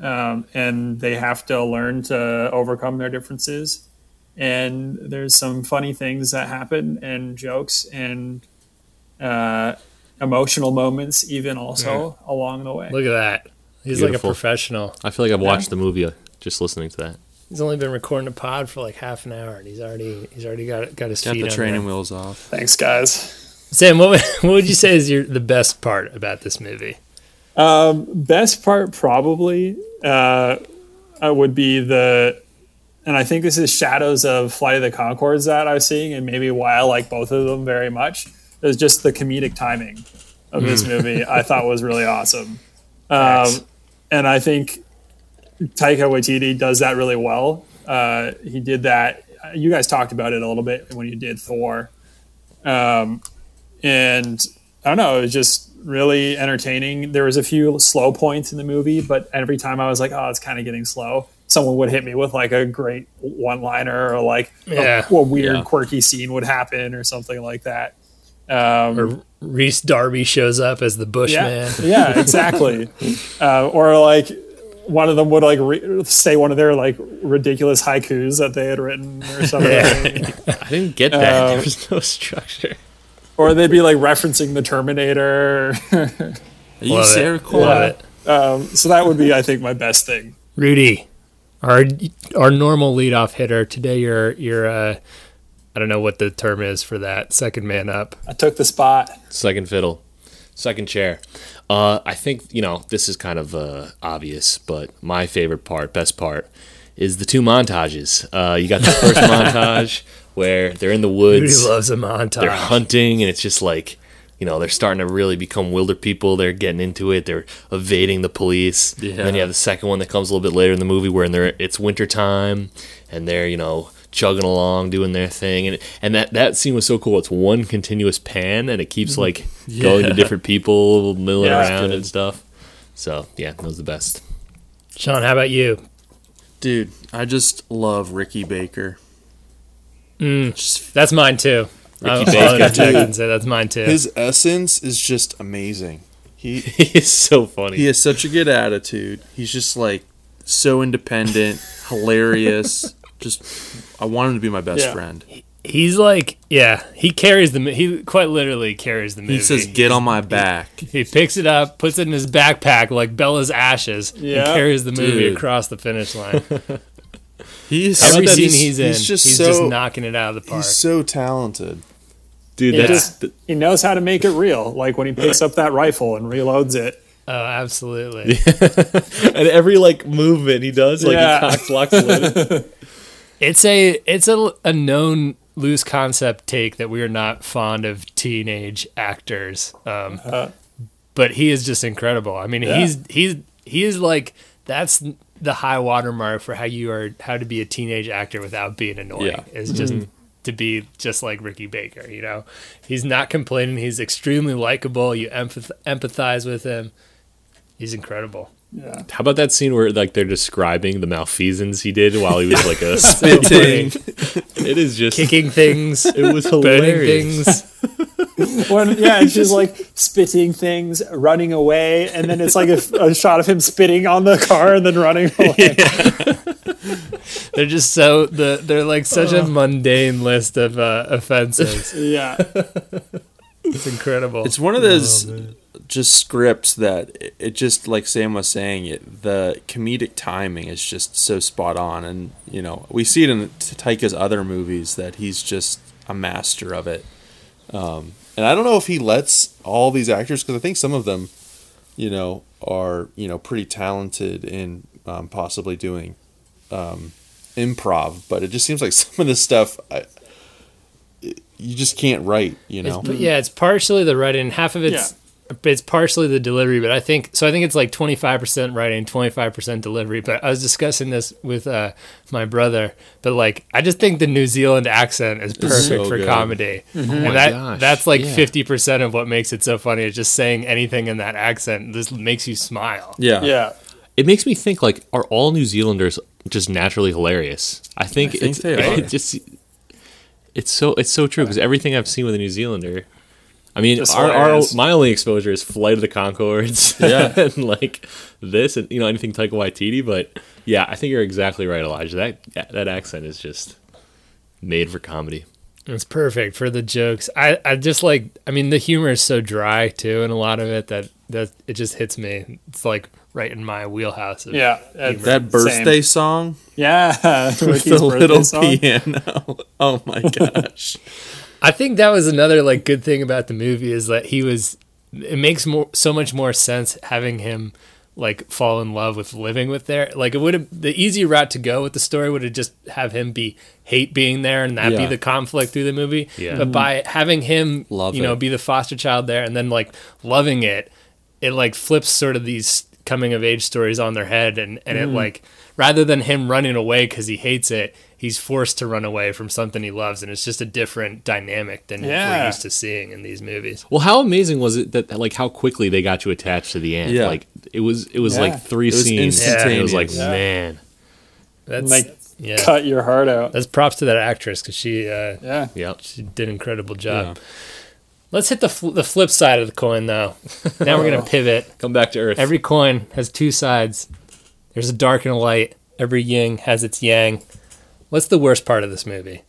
um, and they have to learn to overcome their differences. And there's some funny things that happen, and jokes, and uh, emotional moments, even also along the way. Look at that. He's like a Beautiful. professional. I feel like I've watched the movie uh, just listening to that. He's only been recording a pod for like half an hour, and he's already he's already got got his Got feet the under training him. wheels off. Thanks, guys. Sam, what would, what would you say is your the best part about this movie? Um, best part probably uh, uh, would be the, and I think this is shadows of Flight of the Concords that I was seeing, and maybe why I like both of them very much is just the comedic timing of this Mm. movie. I thought was really awesome, um, and I think Taika Waititi does that really well. Uh, he did that. You guys talked about it a little bit when you did Thor, um, and I don't know. It was just really entertaining. There was a few slow points in the movie, but every time I was like, "Oh, it's kind of getting slow," someone would hit me with like a great one-liner or like a- Yeah. a, weird, Yeah. quirky scene would happen or something like that. Um, or Reese Darby shows up as the Bushman. Yeah, yeah exactly. uh, or like one of them would like re- say one of their like ridiculous haikus that they had written or something. I didn't get that. Uh, there was no structure. or they'd be like referencing the Terminator. you Love it. Sarah Connor? Love Um, so that would be, I think, my best thing. Rudy, our our normal leadoff hitter today. You're you're uh, I don't know what the term is for that. Second man up. I took the spot. Second fiddle, second chair. Uh, I think you know this is kind of uh, obvious, but my favorite part, best part, is the two montages. Uh, you got the first montage where they're in the woods. Rudy loves a montage. They're hunting, and it's just like you know they're starting to really become wilder people. They're getting into it. They're evading the police. And then you have the second one that comes a little bit later in the movie where in there it's winter time and they're you know chugging along doing their thing and and that that scene was so cool. It's one continuous pan and it keeps like going to Yeah. different people milling Yeah, it's around good. and stuff. So yeah, that was the best. Sean, how about you? Dude, I just love Ricky Baker. Mm, that's mine too. I'm Ricky I'm gonna Baker, check dude. and say that's mine too. His essence is just amazing. He, he is so funny. He has such a good attitude. He's just like so independent, hilarious. Just, I want him to be my best Yeah. friend. He's like, yeah, he carries the mo- he quite literally carries the movie. He says, "Get on my back." He picks it up, puts it in his backpack like Bella's ashes, Yeah. and carries the movie Dude. across the finish line. He's every scene he's, in. He's just, so- knocking it out of the park. He's so talented. Dude, He just- he knows how to make it real. Like when he picks up that rifle and reloads it. Oh, absolutely. and every like movement he does, like Yeah. he cock blocks it. It's a it's a, a known loose concept take that we are not fond of teenage actors, um, but he is just incredible. I mean, Uh-huh. Yeah. he's he's he is like that's the high watermark for how you are how to be a teenage actor without being annoying. Yeah. Is just Mhm. to be just like Ricky Baker. You know, he's not complaining. He's extremely likable. You empath- empathize with him. He's incredible. Yeah. How about that scene where like they're describing the malfeasance he did while he was like a So funny. It is just kicking things. It was burning hilarious. When, yeah, and she's like spitting things, running away, and then it's like a, a shot of him spitting on the car and then running away. They're just so the they're like such a mundane list of uh, offenses. yeah. It's incredible. It's one of those just scripts that it- it just like Sam was saying it the comedic timing is just so spot on and you know we see it in Taika's other movies that he's just a master of it. Um, and I don't know if he lets all these actors because I think some of them you know are you know pretty talented in um, possibly doing um, improv but it just seems like some of this stuff I, it- you just can't write you know It's- yeah, it's partially the writing. Half of it's it's partially the delivery, but I think so. I think it's like twenty five percent writing, twenty five percent delivery. But I was discussing this with uh, my brother, but like I just think the New Zealand accent is perfect so for good. comedy, Mhm. Oh and my that gosh, that's like yeah. fifty percent of what makes it so funny. Is just saying anything in that accent. This makes you smile. Yeah. Yeah. It makes me think like, are all New Zealanders just naturally hilarious? I think, I think it's they are. it just it's so it's so true because everything I've seen with a New Zealander I mean, Just our, our hilarious. my only exposure is Flight of the Concords, Yeah. and like this, and you know anything Taika Waititi. But yeah, I think you're exactly right, Elijah. That that accent is just made for comedy. It's perfect for the jokes. I, I just like I mean the humor is so dry too in a lot of it that that it just hits me. It's like right in my wheelhouse. Of Yeah, humor. that birthday song. Yeah, with the little piano. Oh my gosh. I think that was another like good thing about the movie is that he was. It makes more so much more sense having him like fall in love with living with there. Like it would have the easy route to go with the story would have just have him be hate being there and that be Yeah. the conflict through the movie. Yeah. But by having him, Love you know, it. be the foster child there and then like loving it, it like flips sort of these coming of age stories on their head and and it Mm. like rather than him running away because he hates it, he's forced to run away from something he loves, and it's just a different dynamic than we're Yeah. used to seeing in these movies. Well, how amazing was it that like how quickly they got you attached to the end? Yeah. Like it was it was Yeah. like three It was scenes. and It was like instantaneous. Yeah. man. That's Like, yeah. cut your heart out. That's props to that actress because she uh, yeah Yep. she did an incredible job. Let's hit the fl- the flip side of the coin though. Now we're gonna pivot. Come back to earth. Every coin has two sides. There's a dark and a light. Every yin has its yang. What's the worst part of this movie?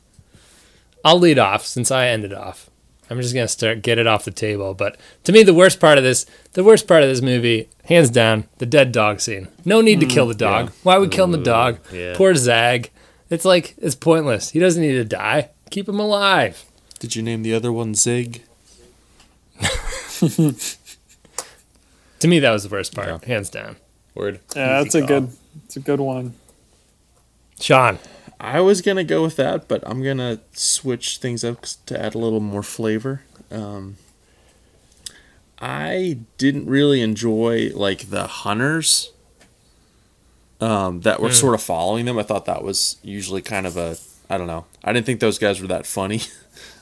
I'll lead off since I ended off. I'm just gonna start get it off the table. But to me, the worst part of this, the worst part of this movie, hands down, the dead dog scene. No need to kill the dog. Why are we killing the dog? Mm, yeah. Poor Zag. It's like it's pointless. He doesn't need to die. Keep him alive. Did you name the other one Zig? To me, that was the worst part, hands down. Word. Yeah, that's a good. It's a good one. Sean. I was gonna go with that, but I'm gonna switch things up to add a little more flavor. Um, I didn't really enjoy like the hunters um, that were Hmm. sort of following them. I thought that was usually kind of a I don't know. I didn't think those guys were that funny.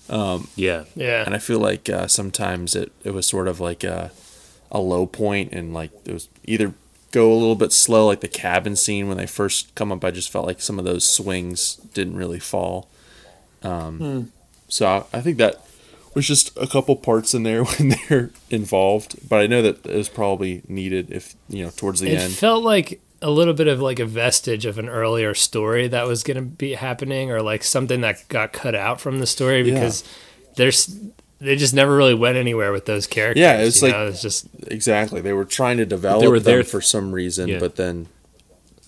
um, yeah, Yeah. And I feel like uh, sometimes it it was sort of like a a low point, and like it was either go a little bit slow, like the cabin scene when they first come up. I just felt like some of those swings didn't really fall. Um, Hmm. So I, I think that was just a couple parts in there when they're involved, but I know that it was probably needed if you know towards the it end. felt like a little bit of like a vestige of an earlier story that was going to be happening or like something that got cut out from the story Yeah. because there's they just never really went anywhere with those characters Yeah, it's you like know? it's just exactly they were trying to develop were them there- for some reason, Yeah. but then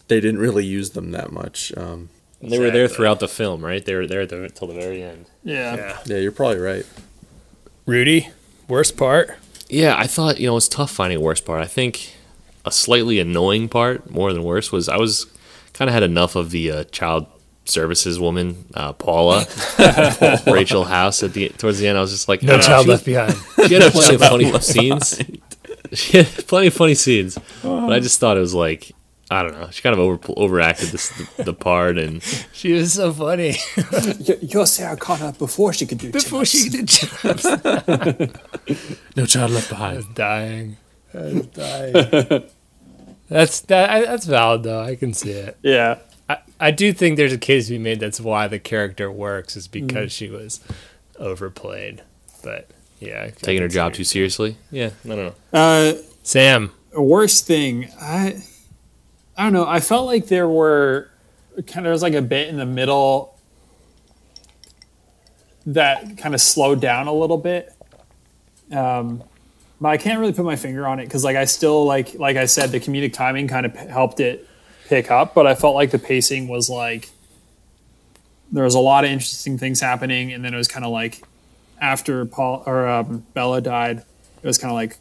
they didn't really use them that much. Um, And they were there throughout the film, right? They were there at the- until the very end. Yeah. yeah, you're probably right. Rudy, worst part. Yeah, I thought you know it's tough finding a worst part. I think a slightly annoying part, more than worse, was I was kind of had enough of the uh, child services woman uh, Paula, Rachel House at the towards the end. I was just like, No "Ah, child she- left behind." She had No plenty of child funny left scenes. She had plenty of funny scenes, but I just thought it was like. I don't know. She kind of over, overacted this the, the part, and she was so funny you're Sarah Connor before she could do before she did jobs No child left I behind. was dying I was dying that's that I, that's valid though I can see it yeah I, I do think there's a case to be made that's why the character works is because she was overplayed but yeah I- I taking her can see job too seriously. Yeah, I don't know. Uh, Sam. Worst thing, I, I don't know. I felt like there were kind of there was like a bit in the middle that kind of slowed down a little bit. Um, but I can't really put my finger on it because, like, I still like like I said, the comedic timing kind of p- helped it pick up, but I felt like the pacing was like there was a lot of interesting things happening, and then it was kind of like after Paul or um, Bella died, it was kind of like,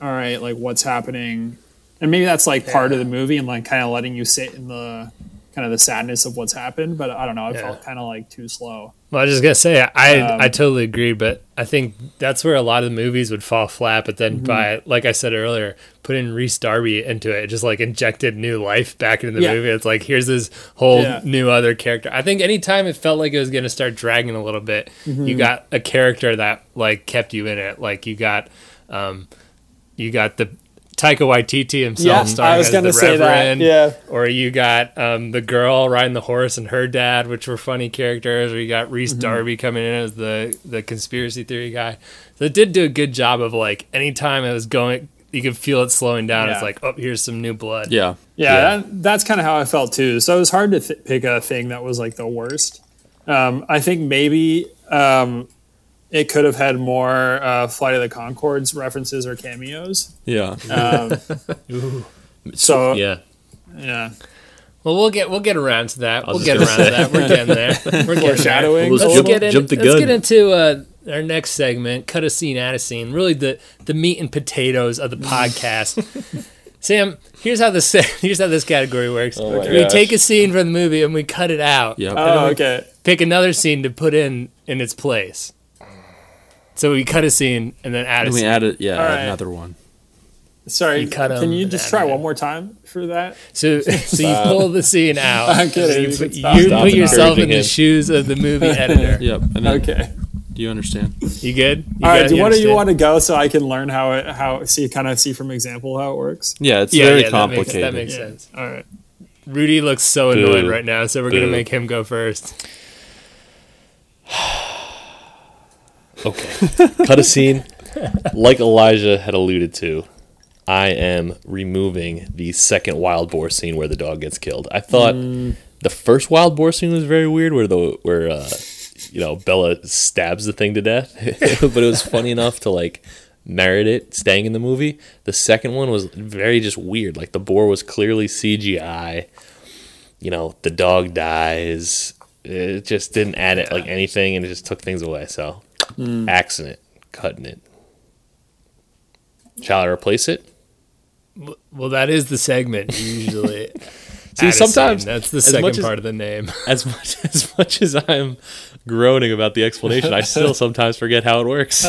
all right, like what's happening, and maybe that's like part of the movie and like kind of letting you sit in the kind of the sadness of what's happened. But I don't know, I Yeah. felt kind of like too slow. Well, I was just gonna say I Um, I totally agree, but I think that's where a lot of the movies would fall flat. But then Mhm. by like I said earlier, putting Reese Darby into it, it just like injected new life back into the Yeah. movie. It's like here's this whole Yeah. new other character. I think anytime it felt like it was gonna start dragging a little bit, you Mm-hmm. Mhm. got a character that like kept you in it. Like you got, um, you got the Taika Waititi himself Yeah, starring I was as gonna the say that, Reverend. yeah. Or you got um, the girl riding the horse and her dad, which were funny characters. Or you got Reese Mm-hmm. Mhm. Darby coming in as the the conspiracy theory guy. So it did do a good job of like anytime it was going, you could feel it slowing down. It's Yeah. like, oh, here's some new blood. Yeah. yeah, That, that's kind of how I felt too. So it was hard to th- pick a thing that was like the worst. Um, I think maybe um, it could have had more uh, Flight of the Concords references or cameos. Yeah. Um, so yeah, yeah. Well, we'll get we'll get around to that. I We'll was get around just to gonna that. We're say. getting there. We're getting Foreshadowing. There. Let's Let's jump- get in, jump the Let's gun. get into uh, our next segment. Cut a scene out of scene. Really, the the meat and potatoes of the podcast. Sam, here's how this here's how this category works. Oh my we gosh. take a scene from the movie and we cut it out. Yep. And then Oh, we okay. Pick another scene to put in in its place. So we cut a scene and then add a And we scene. added, yeah, All right. another one. Sorry, You cut 'em can you and just then- try one more time for that? So, so you pull the scene out. I'm kidding. You put, you Stop. Stop put yourself in encouraging the him. shoes of the movie editor. Yep. And then, Okay. Do you understand? You good? You All right. got- Do one of you understand? want to go so I can learn how it how see kind of see from example how it works? Yeah, it's Yeah, very yeah, that makes- complicated. that makes sense. All right. Rudy looks so annoyed Boo. right now, so we're gonna Boo. make him go first. Okay. Cut a scene. Like Elijah had alluded to, I am removing the second wild boar scene where the dog gets killed. I thought the first wild boar scene was very weird, where the where uh, you know Bella stabs the thing to death, but it was funny enough to like merit it staying in the movie. The second one was very just weird. Like the boar was clearly CGI. You know, the dog dies. It just didn't add it like anything, and it just took things away. So accident cutting it. Shall I replace it? Well, that is the segment usually. See, Add a sometimes scene. that's the as second much as- part of the name. As much as much as I'm groaning about the explanation, I still sometimes forget how it works.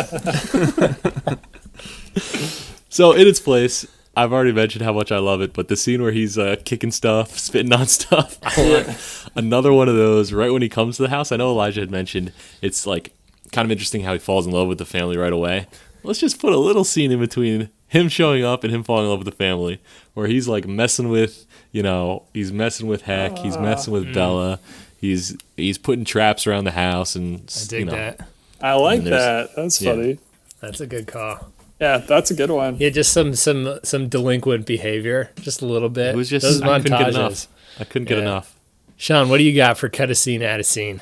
so in its place, I've already mentioned how much I love it, but the scene where he's uh, kicking stuff, spitting on stuff, I want another one of those right when he comes to the house. I know Elijah had mentioned it's like kind of interesting how he falls in love with the family right away. Let's just put a little scene in between him showing up and him falling in love with the family, where he's like messing with, you know, he's messing with Heck, Ah. he's messing Mm. with Bella, he's he's putting traps around the house, and I dig you know, that. I like And there's- that. That's yeah. funny. That's a good call. Yeah, that's a good one. Yeah, just some some some delinquent behavior, just a little bit. It was just Those I couldn't get montages. enough. I couldn't get Yeah. enough. Sean, what do you got for cut a scene out of scene?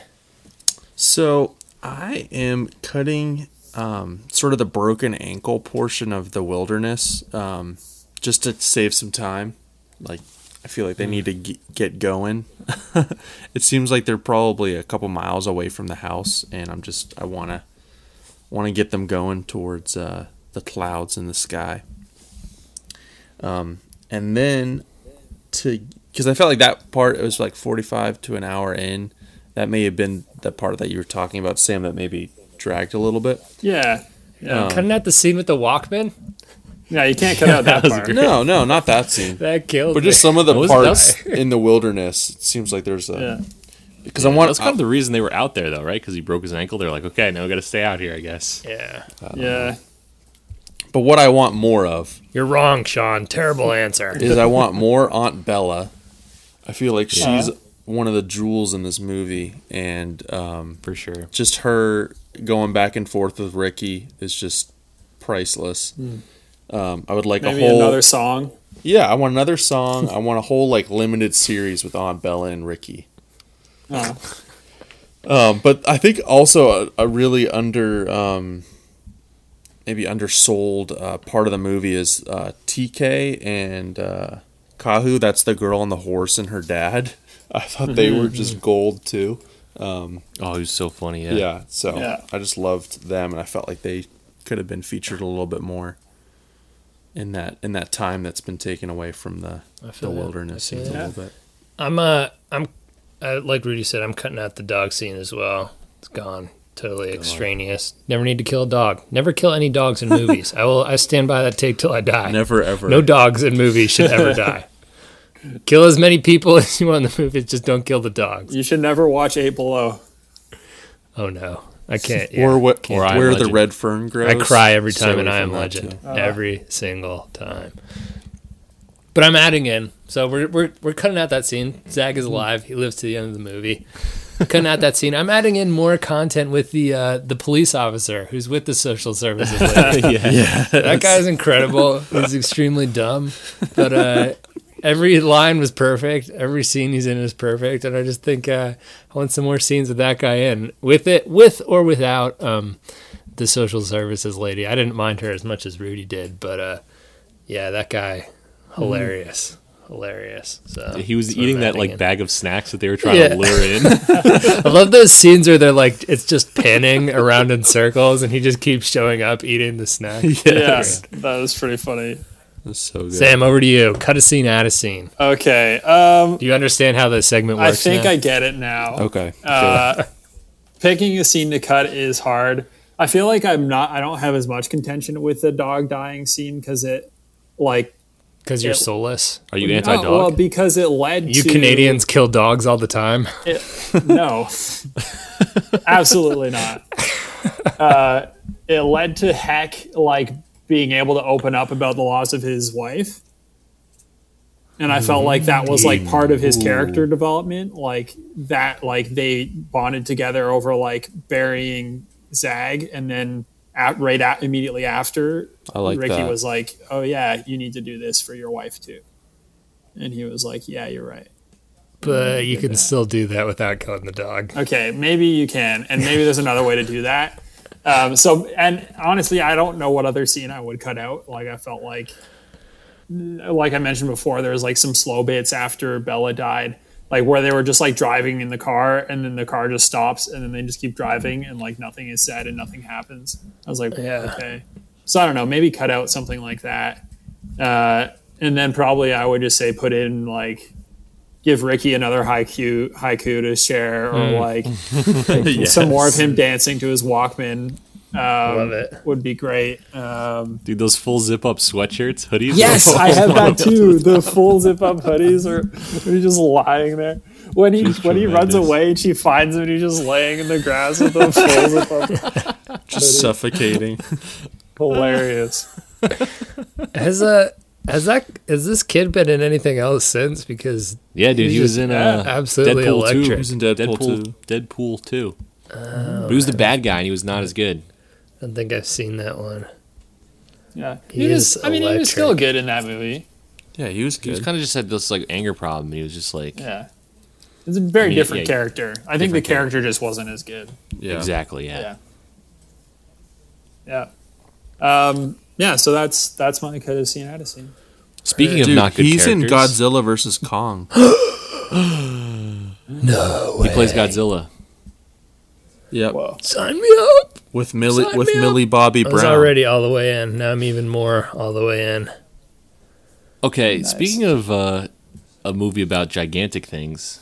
So I am cutting um, sort of the broken ankle portion of the wilderness um, just to save some time. Like, I feel like they need to g- get going. it seems like they're probably a couple miles away from the house, and I'm just I want to want to get them going towards uh, the clouds in the sky. Um, and then to because I felt like that part it was like 45 to an hour in. That may have been the part that you were talking about, Sam. That maybe dragged a little bit. Yeah. Yeah. Cutting out the scene with the Walkman Yeah, you can't cut out that, part. No, no, not that scene. that killed. But me. just some of the What was parts in the wilderness. It seems like there's Yeah. a because I Yeah, want. that's kind of the reason they were out there, though, right? Because he broke his ankle. They're like, okay, now we got to stay out here, I guess. yeah, Yeah. but what I want more of you're wrong, Sean. Terrible answer. is I want more Aunt Bella. I feel like she's one of the jewels in this movie, and um, For sure. just her going back and forth with Ricky is just priceless. Hmm. Um, I would like Maybe a whole another song. yeah. I want another song. I want a whole like limited series with Aunt Bella and Ricky. Oh. Um, but I think also a, a really under um, maybe undersold uh, part of the movie is uh, TK and uh, Kahu. That's the girl on the horse and her dad. I thought they were just gold too. Um, Oh, he was so funny. Yeah. yeah. so Yeah. I just loved them, and I felt like they could have been featured a little bit more in that in that time that's been taken away from the the feel that. I wilderness feel scenes a that. little bit. I'm uh I'm uh, like Rudy said, I'm cutting out the dog scene as well. It's gone. Totally extraneous. Never need to kill a dog. Never kill any dogs in movies. I will I stand by that take till I die. Never ever. No dogs in movies should ever die. Kill as many people as you want in the movies, just don't kill the dogs. You should never watch Eight Below. Oh no. I can't. yeah. or what? Or I Am where the Legend. red fern grows. I cry every Stay time away in I from Am that, Legend. too. every single time. But I'm adding in. So we're, we're, we're cutting out that scene. Zach is alive. He lives to the end of the movie. cutting out that scene. I'm adding in more content with the uh, the police officer who's with the social services. lady. yeah. that guy's incredible. He's extremely dumb. But uh, every line was perfect. Every scene he's in is perfect. And I just think uh, I want some more scenes of that guy in with it, with or without um, the social services lady. I didn't mind her as much as Rudy did, but uh, yeah, that guy, Mm-hmm. hilarious, hilarious. So He was sort of eating that adding like in. bag of snacks that they were trying Yeah. to lure in. I love those scenes where they're like, it's just panning around in circles, and he just keeps showing up eating the snack. Yeah, that was pretty funny. That's so good. Sam, over to you. Cut a scene, add a scene. Okay. Um, Do you understand how this segment I works? think now? I get it now. Okay. Uh, picking a scene to cut is hard. I feel like I'm not. I don't have as much contention with the dog dying scene because it, like, 'Cause you're it- soulless. Are you No, anti-dog? Well, because it led You to- Canadians kill dogs all the time. It, no, absolutely not. Uh, it led to Heck like being able to open up about the loss of his wife, and I felt like that was like part of his character development. Like that, like they bonded together over like burying Zag, and then at, right at, immediately after, I like Ricky that. was like, "Oh yeah, you need to do this for your wife too," and he was like, "Yeah, you're right." But you can still do that without killing the dog. Okay, maybe you can, and maybe there's another way to do that. Um, so, and honestly, I don't know what other scene I would cut out. Like, I felt like, like I mentioned before, there was like some slow bits after Bella died, like where they were just like driving in the car, and then the car just stops, and then they just keep driving, and like nothing is said and nothing happens. I was like, Yeah. okay. So I don't know. Maybe cut out something like that, uh, and then probably I would just say put in like give Ricky another haiku haiku to share or Mm. like some more of him dancing to his Walkman. Um, Love it. Would be great. Um, Dude, those full zip up sweatshirts, hoodies. yes, I have that too. The full zip up hoodies are are just lying there. When he when he runs away, and she finds him. and He's just laying in the grass with the full zip up. Just suffocating. Hilarious. Has uh has that has this kid been in anything else since? Because oh. Yeah, dude, he was just in uh, absolutely Deadpool electric. 2. He was in Deadpool Deadpool, Deadpool 2. but he was the bad guy and he was not as good. I don't think I've seen that one. Yeah, He he was. is I mean, he electric. was still good in that movie. Yeah, he was He good. was kind of just had this like anger problem. and He was just like Yeah, it's a very I mean, different yeah, character. I think the different character just wasn't as good. yeah. exactly, yeah. Yeah. Yeah. Um, yeah, so that's that's my cut of scene out of scene. Speaking of Dude, not good he's in characters, Godzilla versus Kong. he plays Godzilla. Yep. Sign me up. With Millie Sign with me up. Millie Bobby I was Brown. already all the way in. Now I'm even more all the way in. Okay, speaking of uh, a movie about gigantic things,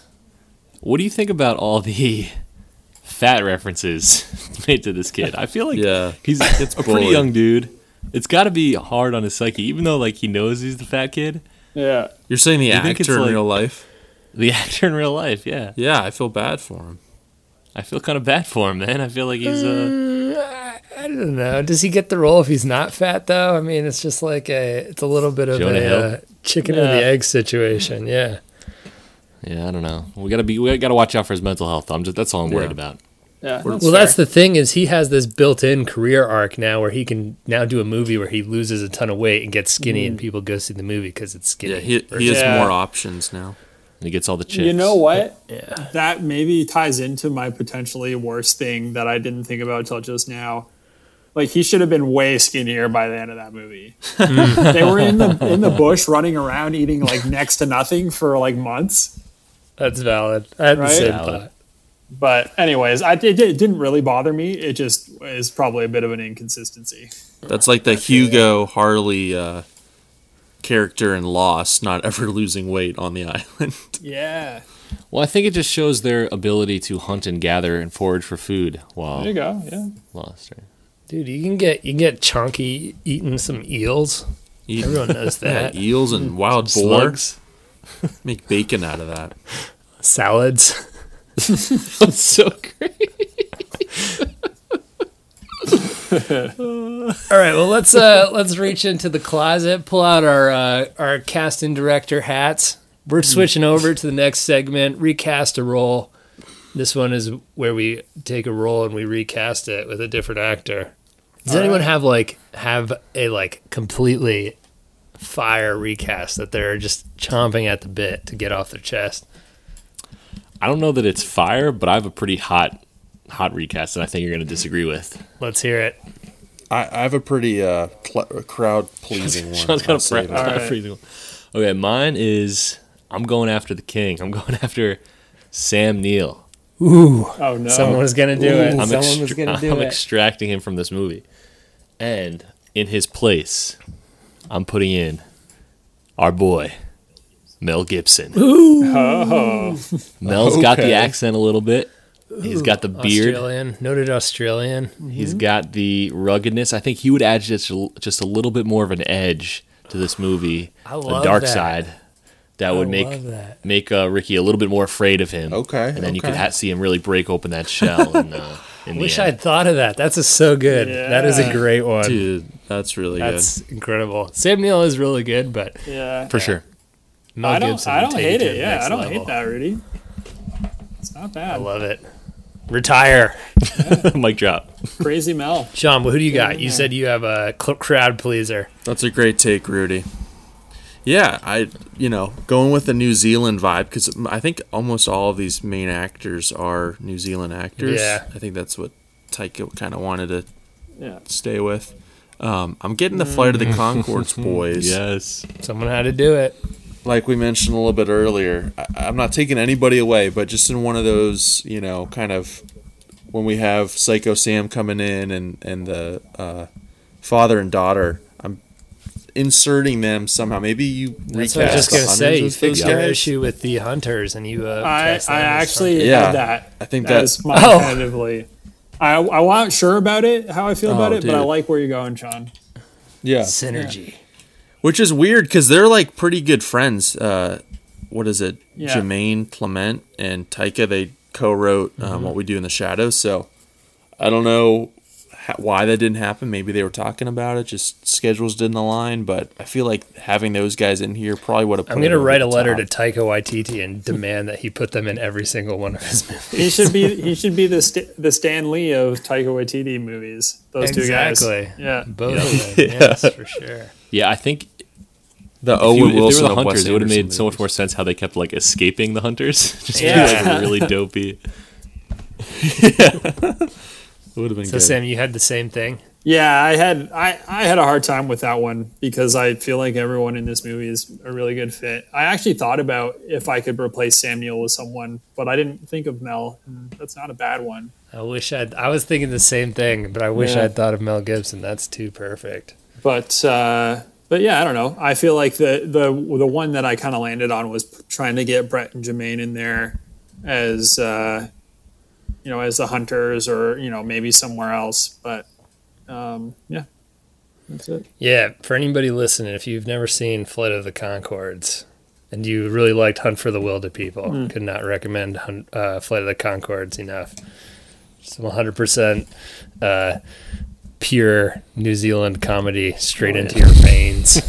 what do you think about all the fat references made to this kid? I feel like Yeah. he's Gets a pretty bullied. young dude. It's got to be hard on his psyche, even though like he knows he's the fat kid. Yeah. You're saying the You think it's actor in like- real life? The actor in real life, yeah. Yeah, I feel bad for him. I feel kind of bad for him, man. I feel like he's uh, I don't know. Does he get the role if he's not fat though? I mean, it's just like a it's a little bit of Jonah a Hill? uh, chicken and the egg situation. Yeah. yeah. I don't know. We gotta be. We gotta watch out for his mental health. I'm just. That's all I'm worried Yeah. about. Yeah. well, that's the thing is he has this built-in career arc now where he can now do a movie where he loses a ton of weight and gets skinny, and people go see the movie because it's skinny. Mm. Yeah, he, he has Yeah. more options now. And he gets all the chicks. You know what? Yeah. That maybe ties into my potentially worst thing that I didn't think about till just now. Like he should have been way skinnier by the end of that movie. Mm. they were in the in the bush running around eating like next to nothing for like months. That's valid. I had the Right? same Valid. thought. But anyways, I, it, it didn't really bother me. It just is probably a bit of an inconsistency. That's like the Hugo Harley uh, character in Lost, not ever losing weight on the island. Yeah. Well, I think it just shows their ability to hunt and gather and forage for food There you while go. Yeah. lost. Right? Dude, you can get you can get chunky eating some eels. Eat- Everyone knows yeah, that. eels and wild boar. Slugs. Make bacon out of that. Salads. That's so great. All right, well let's uh let's reach into the closet, pull out our uh, our casting director hats. Hmm. We're switching over to the next segment, recast a role. This one is where we take a role and we recast it with a different actor. Does anyone have like have a like completely fire recast that they're just chomping at the bit to get off their chest? I don't know that it's fire, but I have a pretty hot hot recast that I think you're going to disagree with. Let's hear it. I, I have a pretty uh, cl- crowd pleasing one. Sean's got I'll a save pre- it. crowd pleasing one. Okay, mine is I'm going after the king. I'm going after Sam Neill. Ooh. Oh, no. Someone was gonna do it. I'm Someone was extra- gonna do I'm it. extracting him from this movie, and in his place, I'm putting in our boy Mel Gibson. Ooh. Mel's got the Okay. accent a little bit. He's got the Ooh, beard. Australian, noted Australian. He's got the ruggedness. I think he would add just a- just a little bit more of an edge to this movie. I love a dark that. side that I would make love that. make uh, Ricky a little bit more afraid of him. Okay, and then you could okay. ha- see him really break open that shell. And, uh, in the Wish end. I'd thought of that. That's a, so good. That is a Yeah. great one. Dude, that's really That's incredible. Sam Neill is really good, but Yeah. For sure. Mel I don't, Gibson I would don't take hate to it. the Yeah, next I don't level. hate that, Rudy. It's not bad. I love it. Retire. Mic drop. Crazy Mel. John, who do you got? in You there. said you have a cl- crowd pleaser. That's a great take, Rudy. Yeah, I you know going with the New Zealand vibe because I think almost all of these main actors are New Zealand actors. Yeah. I think that's what Taika kind of wanted to Yeah. stay with. Um, I'm getting the Flight of the Concords boys. yes, someone had to do it. Like we mentioned a little bit earlier, I, I'm not taking anybody away, but just in one of those, you know, kind of when we have Psycho Sam coming in and and the uh, father and daughter, I'm inserting them somehow. Maybe you recast That's what I was just the gonna say. You hunters with fixed those your guys. issue with the hunters, and you. Uh, I, cast them I as actually hunters. Yeah. had that. I think that that- is my Oh. kind of like- I, I wasn't sure about it, how I feel about Oh, it, but I dude. like where you're going, Sean. Yeah, synergy. Which is weird because they're like pretty good friends. Uh, what is it? Yeah. Jermaine Clement and Taika. They co-wrote um, "What We Do in the Shadows," so I don't know ha- why that didn't happen. Maybe they were talking about it, just schedules didn't align. But I feel like having those guys in here probably would have. I'm gonna write a letter to Taika Waititi and demand that he put them in every single one of his movies. He should be he should be the St- the Stan Lee of Taika Waititi movies. Those two guys. Exactly. Yeah. Both of them. Yes, for sure. Yeah, I think the if, you, Owen if they were Wilson the of Wes hunters, it would have made Anderson so much more sense how they kept like escaping the hunters. Just be Yeah. like really dopey. It would have been So good. Sam, you had the same thing. Yeah, I had I, I had a hard time with that one because I feel like everyone in this movie is a really good fit. I actually thought about if I could replace Samuel with someone, but I didn't think of Mel. and That's not a bad one. I wish I'd. I was thinking the same thing, but I wish Yeah. I'd thought of Mel Gibson. That's too perfect. But uh, but yeah, I don't know. I feel like the the the one that I kind of landed on was trying to get Brett and Jermaine in there as uh, you know as the hunters or you know maybe somewhere else. But um, yeah, that's it. Yeah, for anybody listening, if you've never seen Flight of the Concords and you really liked Hunt for the Wilder People, Mm. could not recommend Hunt, uh, Flight of the Concords enough. Just 100% uh, pure New Zealand comedy straight into your veins.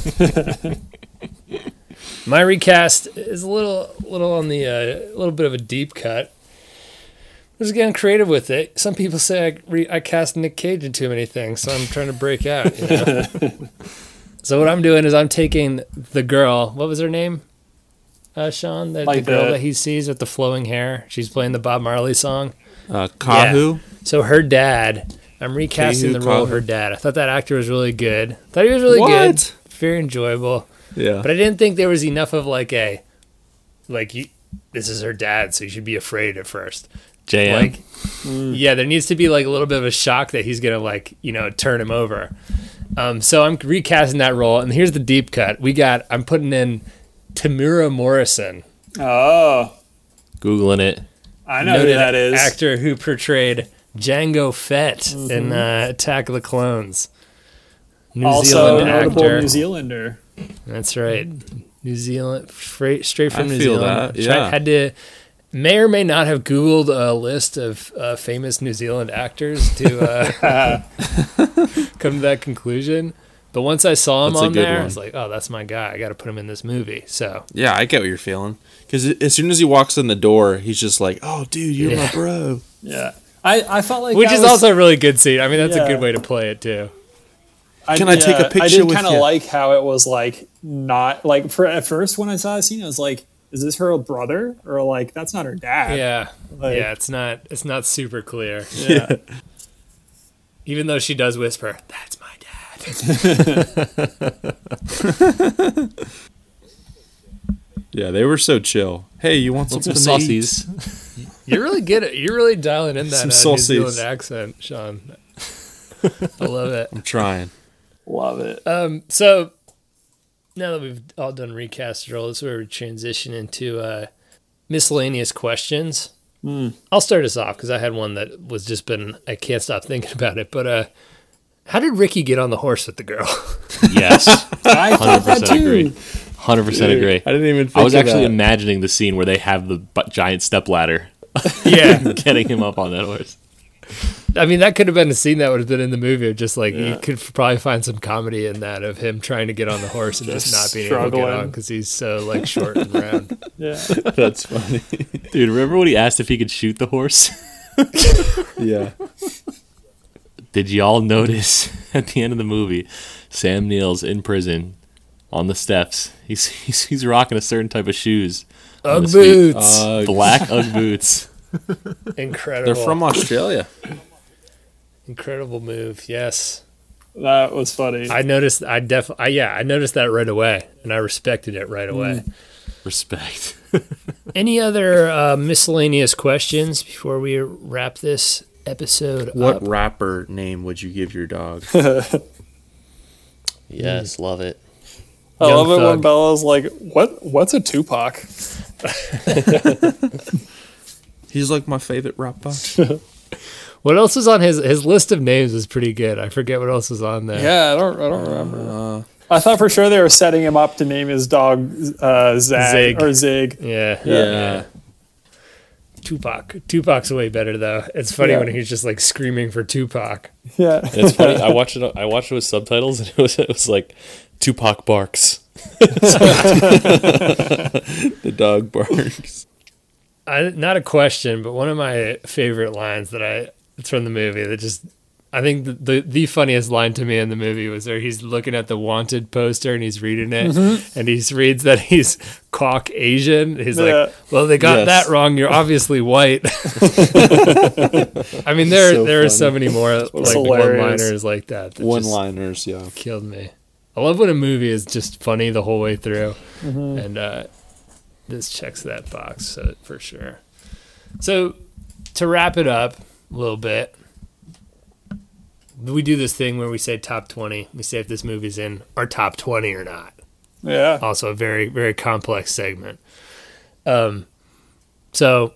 My recast is a little, little on the, uh, little bit of a deep cut. I was getting creative with it. Some people say I, re- I cast Nick Cage in too many things, so I'm trying to break out. You know? so what I'm doing is I'm taking the girl. What was her name? Uh, Sean, the, Like the girl the- that he sees with the flowing hair. She's playing the Bob Marley song. uh, Kahu. Yeah. So her dad. I'm recasting Kehu the role of her Kahu. dad. I thought that actor was really good. Thought he was really What? good. Very enjoyable. Yeah. But I didn't think there was enough of like a, like you, this is her dad, so you should be afraid at first. JM. Like, yeah, there needs to be like a little bit of a shock that he's gonna like you know turn him over. Um, so I'm recasting that role, and here's the deep cut. We got I'm putting in Tamura Morrison, Oh, Googling it. I know who that is. actor who portrayed Django Fett in uh, Attack of the Clones. New also Zealand a notable actor. New Zealander. That's right. New Zealand, straight, straight from I New feel Zealand. that, Tried- yeah. had to, may or may not have Googled a list of uh, famous New Zealand actors to uh, come to that conclusion. But once I saw him That's a on good there, I one. was like, oh, that's my guy. I got to put him in this movie. So Yeah, I get what you're feeling because as soon as he walks in the door, he's just like, "Oh, dude, you're my bro." Yeah, I, I felt like Which that is was- also a really good scene. I mean, that's Yeah. a good way to play it too. Can I take a I picture did with kind of you? like how it was like not like for at first when I saw the scene, I was like, is this her brother or like that's not her dad? Yeah. Like- yeah, it's not it's not super clear. Yeah. Even though she does whisper, "That's my dad." Yeah, they were so chill. Hey, you want Want some some saucies? you're really good at you're really dialing in that Some uh, New sauces. Zealand accent, Sean. I love it. I'm trying. Love it. Um, so now that we've all done recast roles, we're transitioning to uh, miscellaneous questions. I'll start us off because I had one that was just been I can't stop thinking about it. But uh, how did Ricky get on the horse with the girl? Yes. I thought that 100% too. agree. 100% Dude, agree. I didn't even I was think of actually that. imagining the scene where they have the bu- giant step ladder. Yeah. getting him up on that horse. I mean, that could have been a scene that would have been in the movie. Of just like you could probably find some comedy in that of him trying to get on the horse and just, not Just being able to get on struggling. because he's so like short and round. Yeah. That's funny. Dude, remember when he asked if he could shoot the horse? yeah. Did y'all notice at the end of the movie, Sam Neill's in prison on the steps. He's he's, he's rocking a certain type of shoes. on Ugg his feet. boots. Uh, Uggs. Black Ugg boots. Incredible. Australia. Incredible move. Yes. That was funny. I noticed. I def. I, yeah, I noticed that right away, and I respected it right away. Respect. Mm. Any other uh, miscellaneous questions before we wrap this episode What up? rapper name would you give your dog? Yes, love it. Oh, I Young love it when Thug. Bella's like, "What? What's a Tupac?" He's like my favorite rapper. What else was on his his list of names was pretty good. I forget what else was on there. Yeah, I don't, I don't remember. I thought for sure they were setting him up to name his dog uh, Zag Zig. or Zig. Yeah. Yeah. Tupac. Tupac's way better though. It's funny Yeah. when he's just like screaming for Tupac. Yeah. It's funny. I watched it. I watched it with subtitles, and it was it was like Tupac barks. the dog barks. I, not a question, but one of my favorite lines that I it's from the movie that just I think the, the the funniest line to me in the movie was there he's looking at the wanted poster and he's reading it Mhm. and he's reads that he's Caucasian. He's Yeah. like, well, they got Yes. that wrong. You're obviously white. I mean, there So there are so funny. many more That's like hilarious. one-liners like that. that just One-liners, yeah. killed me. I love when a movie is just funny the whole way through, Mhm. and uh, this checks that box so, for sure. So, to wrap it up a little bit, we do this thing where we say top twenty. We say if this movie's in our top twenty or not. Yeah. Also, a very very complex segment. Um, so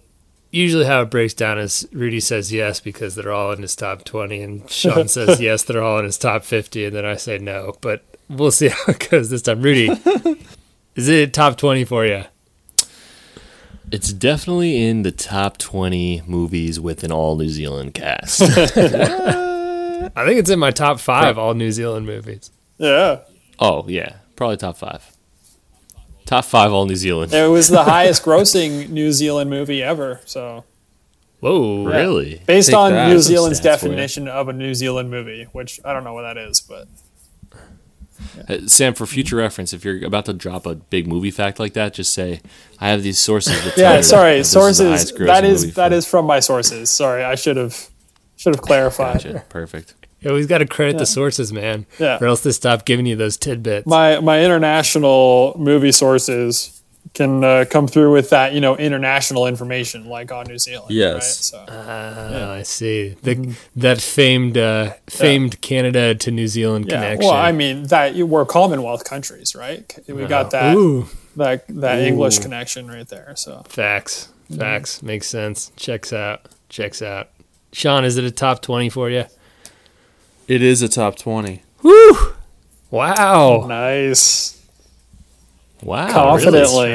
usually how it breaks down is Rudy says yes because they're all in his top 20 and Sean says yes they're all in his top 50 and then I say no but we'll see how it goes this time Rudy is it top 20 for you It's definitely in the top twenty movies with an all New Zealand cast. I think it's in my top 5 all New Zealand movies Yeah. oh yeah, probably top five. Top five all New Zealand. It was the highest grossing New Zealand movie ever. So Whoa, yeah. really? Based Take on that. New Some Zealand's stats for you. definition of a New Zealand movie, which I don't know what that is, but Uh, Sam, for future reference, if you're about to drop a big movie fact like that, just say, "I have these sources." That tell yeah, me that sorry, this sources. Is the highest grossing that is movie that is from my sources. Sorry, I should have should have clarified. Perfect. yeah we've got to credit Yeah. the sources man Yeah. or else they stop giving you those tidbits My my international movie sources can uh, come through with that, you know, international information like on New Zealand. Yes. Right? So, Oh, I see Mm-hmm. the, that famed uh, famed Canada to New Zealand yeah. connection Well, I mean that you- we're Commonwealth countries, right? We Oh. got that Ooh. that that Ooh. English connection right there. So Facts. Facts. Makes sense. Checks out. Checks out. Sean, is it a top 20 for you? It is a top 20. Woo! Wow. Nice. Wow. Confidently.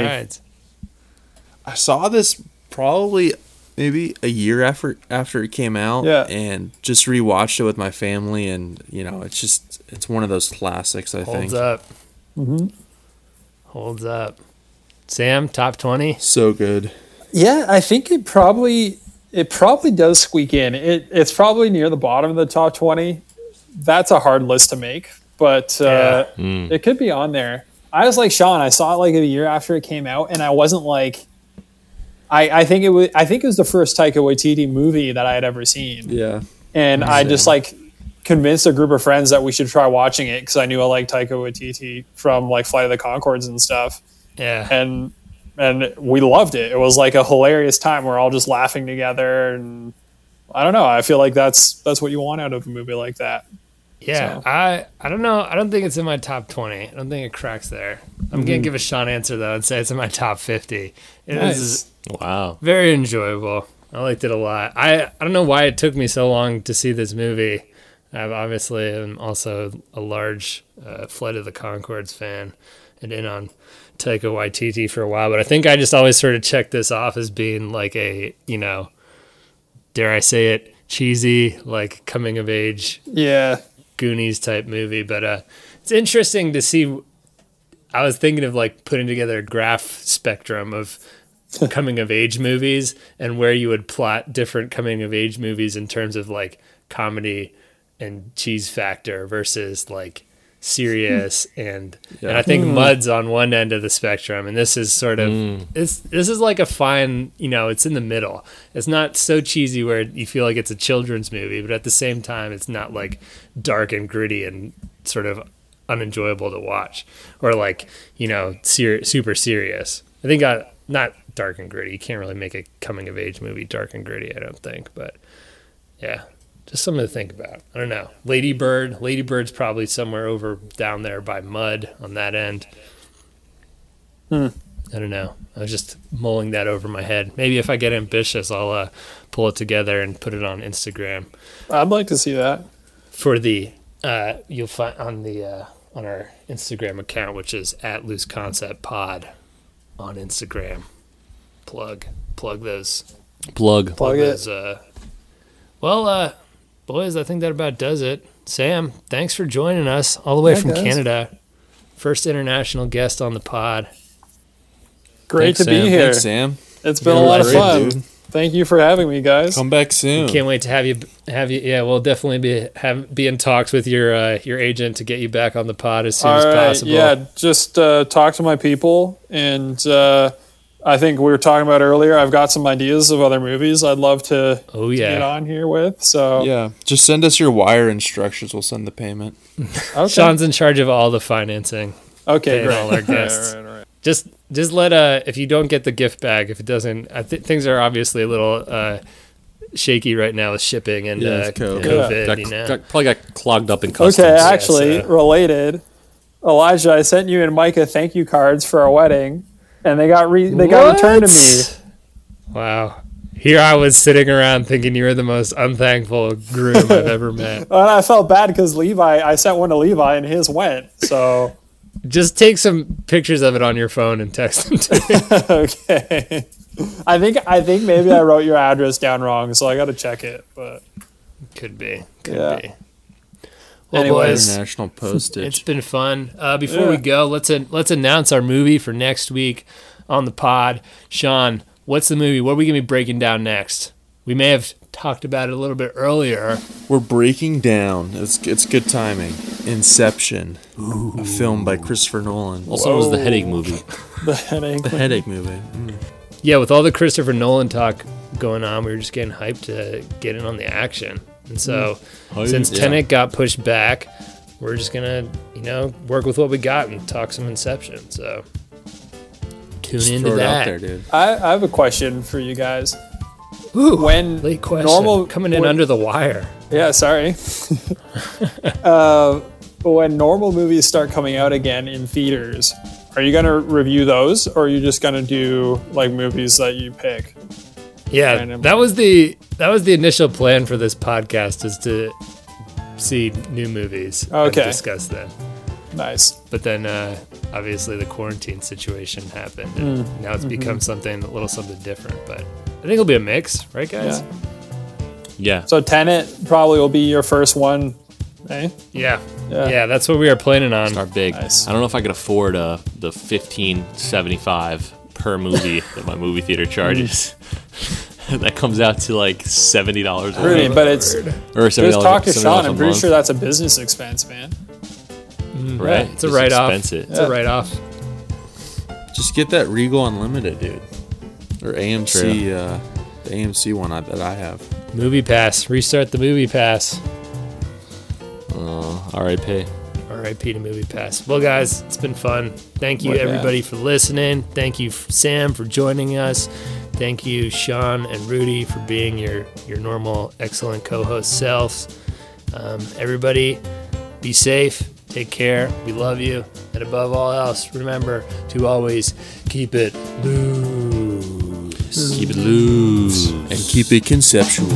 I saw this probably maybe a year after after it came out Yeah. and just rewatched it with my family and you know, it's just it's one of those classics, I Holds think. up. Holds up. Sam, top 20. So good. Yeah, I think it probably it probably does squeak in. It it's probably near the bottom of the top twenty. That's a hard list to make, but uh, Yeah. Mm. it could be on there. I was like Sean. I saw it like a year after it came out, and I wasn't like. I, I think it was. I think it was the first Taika Waititi movie that I had ever seen, Yeah. and I Yeah. just like convinced a group of friends that we should try watching it because I knew I liked Taika Waititi from like Flight of the Concords and stuff. Yeah. and and we loved it. It was like a hilarious time. We're all just laughing together, and I don't know. I feel like that's that's what you want out of a movie like that. Yeah, I I don't know. I don't think it's in my top twenty. I don't think it cracks there. I'm gonna Mhm. give a Sean answer though and say it's in my top fifty. It Nice. is Wow. very enjoyable. I liked it a lot. I I don't know why it took me so long to see this movie. I obviously am also a large uh, Flight of the Concords fan and in on Taika Waititi for a while, but I think I just always sort of checked this off as being like a you know, dare I say it, cheesy like coming of age Yeah. Goonies type movie, but uh, it's interesting to see. I was thinking of like putting together a graph spectrum of coming of age movies and where you would plot different coming of age movies in terms of like comedy and cheese factor versus like serious and and I think Hmm. Mud's on one end of the spectrum and this is sort of it's this is like a fine you know it's in the middle it's not so cheesy where you feel like it's a children's movie but at the same time it's not like dark and gritty and sort of unenjoyable to watch or like you know ser- super serious I think I not dark and gritty you can't really make a coming of age movie dark and gritty I don't think but yeah just something to think about. I don't know. Ladybird. Ladybird's probably somewhere over down there by mud on that end. Hmm. I don't know. I was just mulling that over my head. Maybe if I get ambitious, I'll uh, pull it together and put it on Instagram I'd like to see that. for the uh, you'll find on the uh, on our Instagram account, which is at Loose Concept Pod on Instagram. Plug plug those Plug. plug those. Uh, well, uh, boys, I think that about does it. Sam, thanks for joining us all the way Yeah, from guys. Canada. First international guest on the pod. Great Thanks, to Sam. be here, Thanks, Sam. It's been Yeah, a lot of great, fun. dude. Thank you for having me, guys. Come back soon. Can't wait to have you have you. Yeah, we'll definitely be have be in talks with your uh, your agent to get you back on the pod as soon as possible. Yeah, just uh, talk to my people, and uh, I think we were talking about earlier. I've got some ideas of other movies I'd love to, oh, to yeah. get on here with. So Yeah. Just send us your wire instructions. We'll send the payment. Okay. Sean's in charge of all the financing. Paying Okay, great. all our All right, guests. Just just let uh if you don't get the gift bag, if it doesn't, I think things are obviously a little uh shaky right now with shipping and Yeah, uh, it's COVID. COVID. Got- you know? got- probably got clogged up in customs. Okay, actually, related, Elijah, I sent you and Micah thank you cards for our wedding, and they got re- they got returned to me. Wow. Here I was sitting around thinking you were the most unthankful groom I've ever met. And I felt bad because Levi, I sent one to Levi, and his went. So Just take some pictures of it on your phone and text them to me. okay, I think I think maybe I wrote your address down wrong, so I got to check it. But Could be. yeah. Well, Anyways. boys, International postage. It's been fun. Uh, before we Yeah. go, let's an- let's announce our movie for next week on the pod. Sean, what's the movie? What are we gonna be breaking down next? We may have talked about it a little bit earlier. We're breaking down. It's it's good timing. Inception, a film by Christopher Nolan. Also, it was the Whoa. headache movie. The headache. the headache movie. Mm. Yeah, with all the Christopher Nolan talk going on, we were just getting hyped to get in on the action. And so, Mm-hmm. Oh, Hype. since Yeah. Tenet got pushed back, we're just gonna, you know, work with what we got and talk some Inception. So, tune Just into throw it out that. there, I, I have a question for you guys. when late question normal- coming in when- under the wire. Yeah, sorry. uh, when normal movies start coming out again in theaters, are you going to review those, or are you just going to do like movies that you pick? Yeah, that was the that was the initial plan for this podcast is to see new movies Okay. and discuss them. Nice. But then uh, obviously the quarantine situation happened. And Mm. Now it's Mhm. become something a little something different, but I think it'll be a mix, right guys? Yeah. So Tenet probably will be your first one, eh? Yeah. Yeah. Yeah, that's what we are planning on. Start big. I don't know if I could afford uh, the fifteen seventy five per movie that my movie theater charges. that comes out to like seventy dollars. Pretty, but it's or just $70 talk to $70 Sean. a I'm pretty month. sure that's a business expense, man. right? It's a Just write off. expense it. It's a write off. Just get that Regal Unlimited, dude, or AMC. Uh, the AMC one I, that I have. Movie Pass. Restart the Movie Pass. Uh, R.I.P. RIP to Movie Pass. Well, guys, it's been fun. Thank you, What everybody, for listening. Thank you, Sam, for joining us. Thank you, Sean and Rudy, for being your, your normal, excellent co host selves. Um, everybody, be safe. Take care. We love you. And above all else, remember to always keep it loose. Keep it loose and keep it conceptual.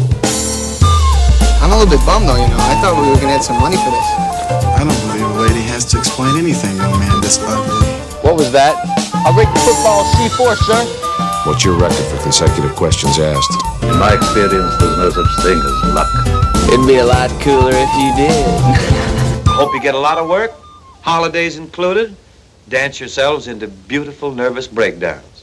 I'm a little bit bummed though, you know. I thought we were gonna add some money for this. I don't believe a lady has to explain anything to a man this ugly. What was that? I'll break the football C4, sir. What's your record for consecutive questions asked? In my experience, there's no such thing as luck. It'd be a lot cooler if you did. Hope you get a lot of work, holidays included. Dance yourselves into beautiful nervous breakdowns.